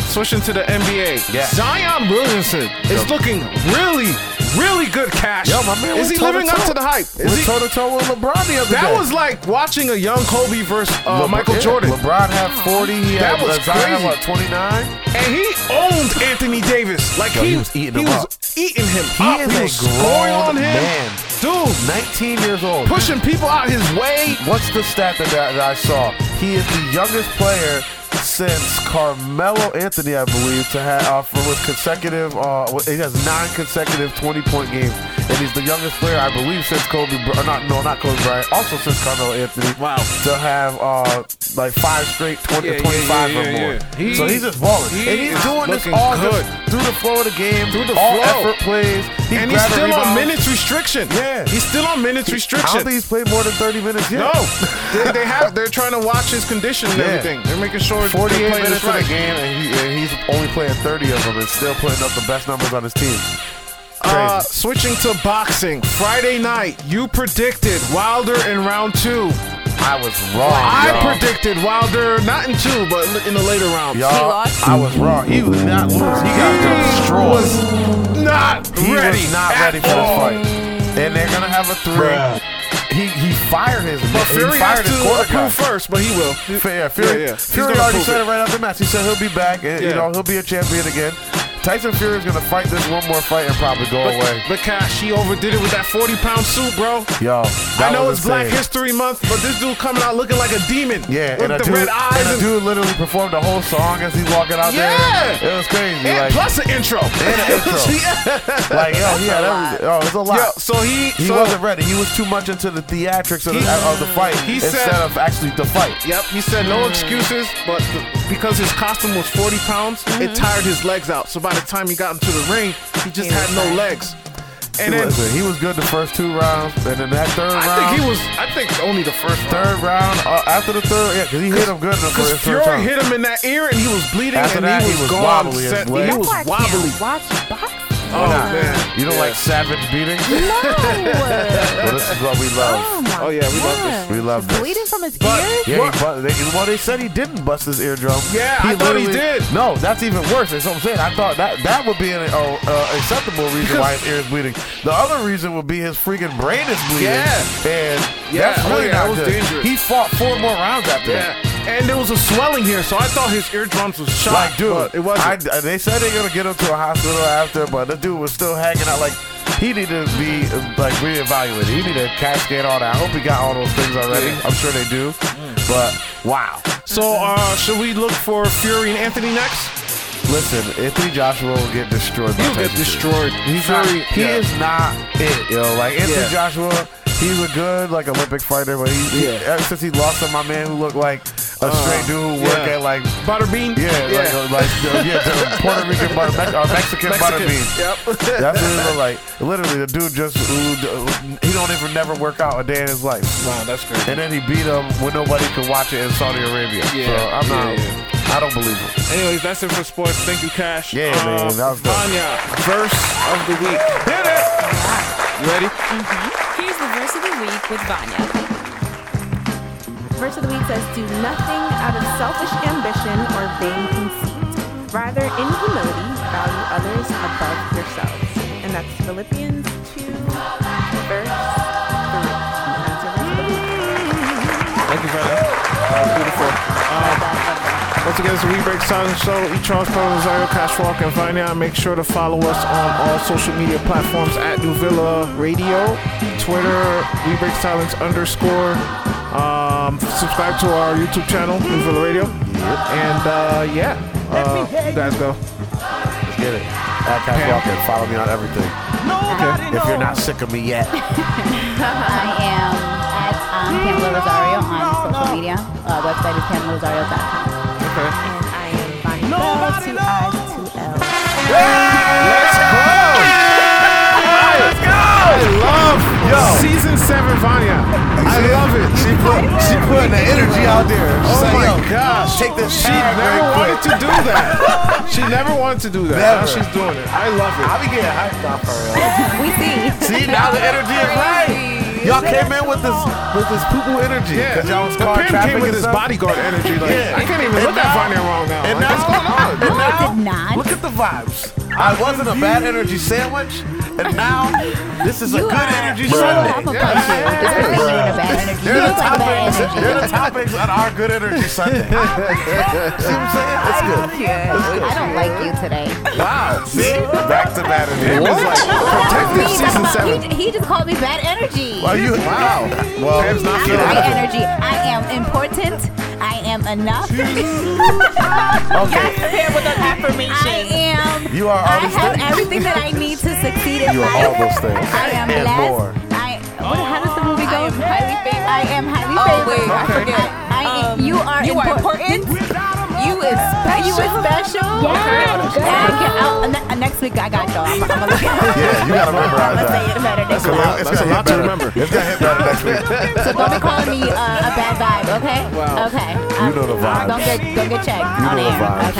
Switching to the NBA. Yeah. Zion Williamson is looking really, really good. Cash. Yo, my man, is we're he living up toe-to-toe. to the hype? Is We're he toe to toe with LeBron the other That day. was like watching a young Kobe versus uh, Le- Michael yeah, Jordan. LeBron had 40. He that had, was Zion had, crazy. what, 29? And he owned Anthony Davis. Like Yo, he, he was eating him was up. eating him He up. is he a was scoring grown on him. man. Dude, 19 years old. Pushing people out his way. What's the stat that, that, that I saw? He is the youngest player since Carmelo Anthony, I believe, to have uh, for with consecutive. Uh, what- he has nine consecutive 20-point games, and he's the youngest player, I believe, since Kobe. Bry- Or not, no, not Kobe Bryant. Also since Carmelo Anthony. Wow. To have uh, like five straight 20, Yeah, yeah, 25 yeah, yeah, or more. yeah. He- so he's just balling, he and he's is doing this looking all good. just through the flow of the game, through the all flow. effort plays. He and he's grabbing still on rebounds. minutes restriction. Yeah. He's still on minutes He- restriction. I don't think he's played more than 30 minutes yet. No, they, they have. They're trying to watch his condition and Yeah. everything. They're making sure 48 they're playing minutes this right. in the game, and, he, and he's only playing 30 of them and still putting up the best numbers on his team. Uh, switching to boxing, Friday night, you predicted Wilder in round two. I was wrong. I y'all. predicted Wilder not in two, but in- in the later rounds. Y'all, I was wrong. He was not lose. He got destroyed. was not he ready. was not at ready for all. this fight. And they're gonna have a three. He he fired his. But he Fury fired has his to quarterback. approve first, but he will. Yeah, Fury, yeah, yeah. He's Fury gonna already prove said it. it right after the match. He said he'll be back, and Yeah. you know he'll be a champion again. Tyson Fury is gonna fight this one more fight and probably go But, away. but Cash, he overdid it with that 40 pound suit, bro. Yo, I that know was it's Black insane. History Month, but this dude coming out looking like a demon. Yeah, with and a the dude, red eyes and a and- dude literally performed the whole song as he's walking out Yeah. there. it was crazy. And like, plus an intro. and an intro. like yo, he had everything. Oh, it's a lot. Yo, so he- he so- wasn't ready. He was too much into the theatrics of, He- the, of the fight he instead said- of actually the fight. Mm. Yep, he said no excuses, but th- because his costume was 40 pounds, Mm-hmm. it tired his legs out. So by the time he got into the ring, he just had no legs. And he, then was, he was good the first two rounds, and then that third round. I think he was, I think only the first third round. Uh, after the third, yeah, because he hit him good in the Because first third Fury round. hit him in that ear and he was bleeding After and that, he he was, was gone. wobbly as Set- well. He was That's why I wobbly. Oh, man. You don't like savage beating? well, this is what we love. Oh, my yeah, we love this. We love this. Bleeding from his ears? Yeah, he bu- they, well, they said he didn't bust his eardrum. Yeah, I thought he literally- did. No, that's even worse. That's what I'm saying. I thought that that would be an uh, uh, acceptable reason why his ear is bleeding. The other reason would be his freaking brain is bleeding. Yeah. and Yeah, that's oh, really not yeah, that was good. dangerous. He fought four more rounds after Yeah. that. And there was a swelling here, so I thought his eardrums was shot. Like, dude, but it wasn't. I, they said they're gonna get him to a hospital after, but the dude was still hanging out. Like, he needed to be uh, like reevaluated. He needed a CAT scan, all that. I hope he got all those things already. Yeah. I'm sure they do. But wow. so, uh, should we look for Fury and Anthony next? Listen, Anthony Joshua will get destroyed. By He'll get Tyson destroyed. Fury. He's Fury- not, he yeah. is not it, yo. Like Anthony Yeah. Joshua, he's a good like Olympic fighter, but he, he- Yeah. ever since he lost to my man who looked like a Uh, straight dude who worked yeah. at like Butterbean? yeah, Yeah. like, like uh, yeah, the Puerto Rican butter, Me- uh, Mexican, Mexican. Butterbean. Yep. That's what it looked like. Literally, the dude just who- he don't even never work out a day in his life. Wow, that's crazy. And then he beat him when nobody could watch it in Saudi Arabia. Yeah, So I'm yeah, not. I don't believe him. Anyways, that's it for sports. Thank you, Cash. Yeah, Uh, man, that was dope. Vanya, verse of the week. Hit it! You ready? Here's the verse of the week with Vanya. Verse of the week says, Do nothing out of selfish ambition or vain conceit. Rather, in humility, value others above yourselves. And that's Philippians 2, verse 3. That's your verse of the week. Thank you, brother. Beautiful. Um, once again, it's the We Break Silence Show. E-Trons, Pro Rosario, Cash Walk, and Vine. Make sure to follow us on all social media platforms at New Villa Radio, Twitter, We Break Silence underscore. Um, subscribe to our YouTube channel, New Villa Radio. And uh, yeah, uh, you guys go. Let's get it. At Cash Pam. Walker, follow me on everything. Nobody If you're not knows. sick of me yet. I am at um, Pamela Rosario on social media. Uh, website is PamelaRosario.com. Okay. And I am Bonnie Nobody Bell, two I's, two L's. Let's go! Let's go! I love Yo. season seven Vanya. I love it. She put she putting the energy out there. She's oh like, my yo, gosh! take this She shot never right wanted quick. to do that. She never wanted to do that. Now Never. she's doing it. I love it. I be getting hyped off her. we see. See now the energy is right. Y'all came in with this with this poo energy. Yeah, 'cause y'all was but car Pam traffic came with and this stuff. bodyguard energy. Like, Yeah. I can't even And look at now- Vanya wrong now. And like, now, what's going on? and now- look at the vibes. I wasn't a bad energy sandwich, and now this is a You good are- energy you Sunday. are a puncher. This person, you in a bad energy. You They're the look like a bad topics. energy. They're the topics on our good energy Sunday. See what I'm saying? It's good. I don't like you today. Wow. See, back to bad energy. What? It's like protective He season just- seven. He, he just called me bad energy. Are you? Wow. Well, Pam's not I'm feeling high it. energy. I am important. I am enough. Okay. Pam with an affirmation. I am. You are all I these have things. everything that I need to succeed in You life. are all those things. I am and blessed. more. I what, how does the movie go? I am highly favored. I am highly Oh, favored. wait, I Okay. forget. I, I am- you are you are important. You is special. You are special. Yeah, Okay. I'll, ne- uh, next week I got y'all. I'm, I'm gonna Yeah, you gotta memorize I'ma that. say it better That's next a week. lot. It's That's gonna hit a lot to better. remember. It's gonna hit better next week. So don't be calling me uh, a bad vibe, okay? Okay. You know the Uh, don't vibes. get don't get checked You on know the air. vibes.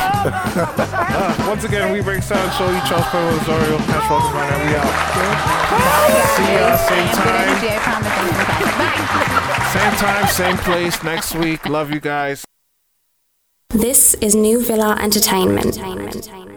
Uh, once again, we break silence. Show you Charles Pedro Rosario. Cash Walker Vanya. We out. See y'all same time. Energy, I promise. Same time, same place next week. Love you guys. This is New Villa Entertainment.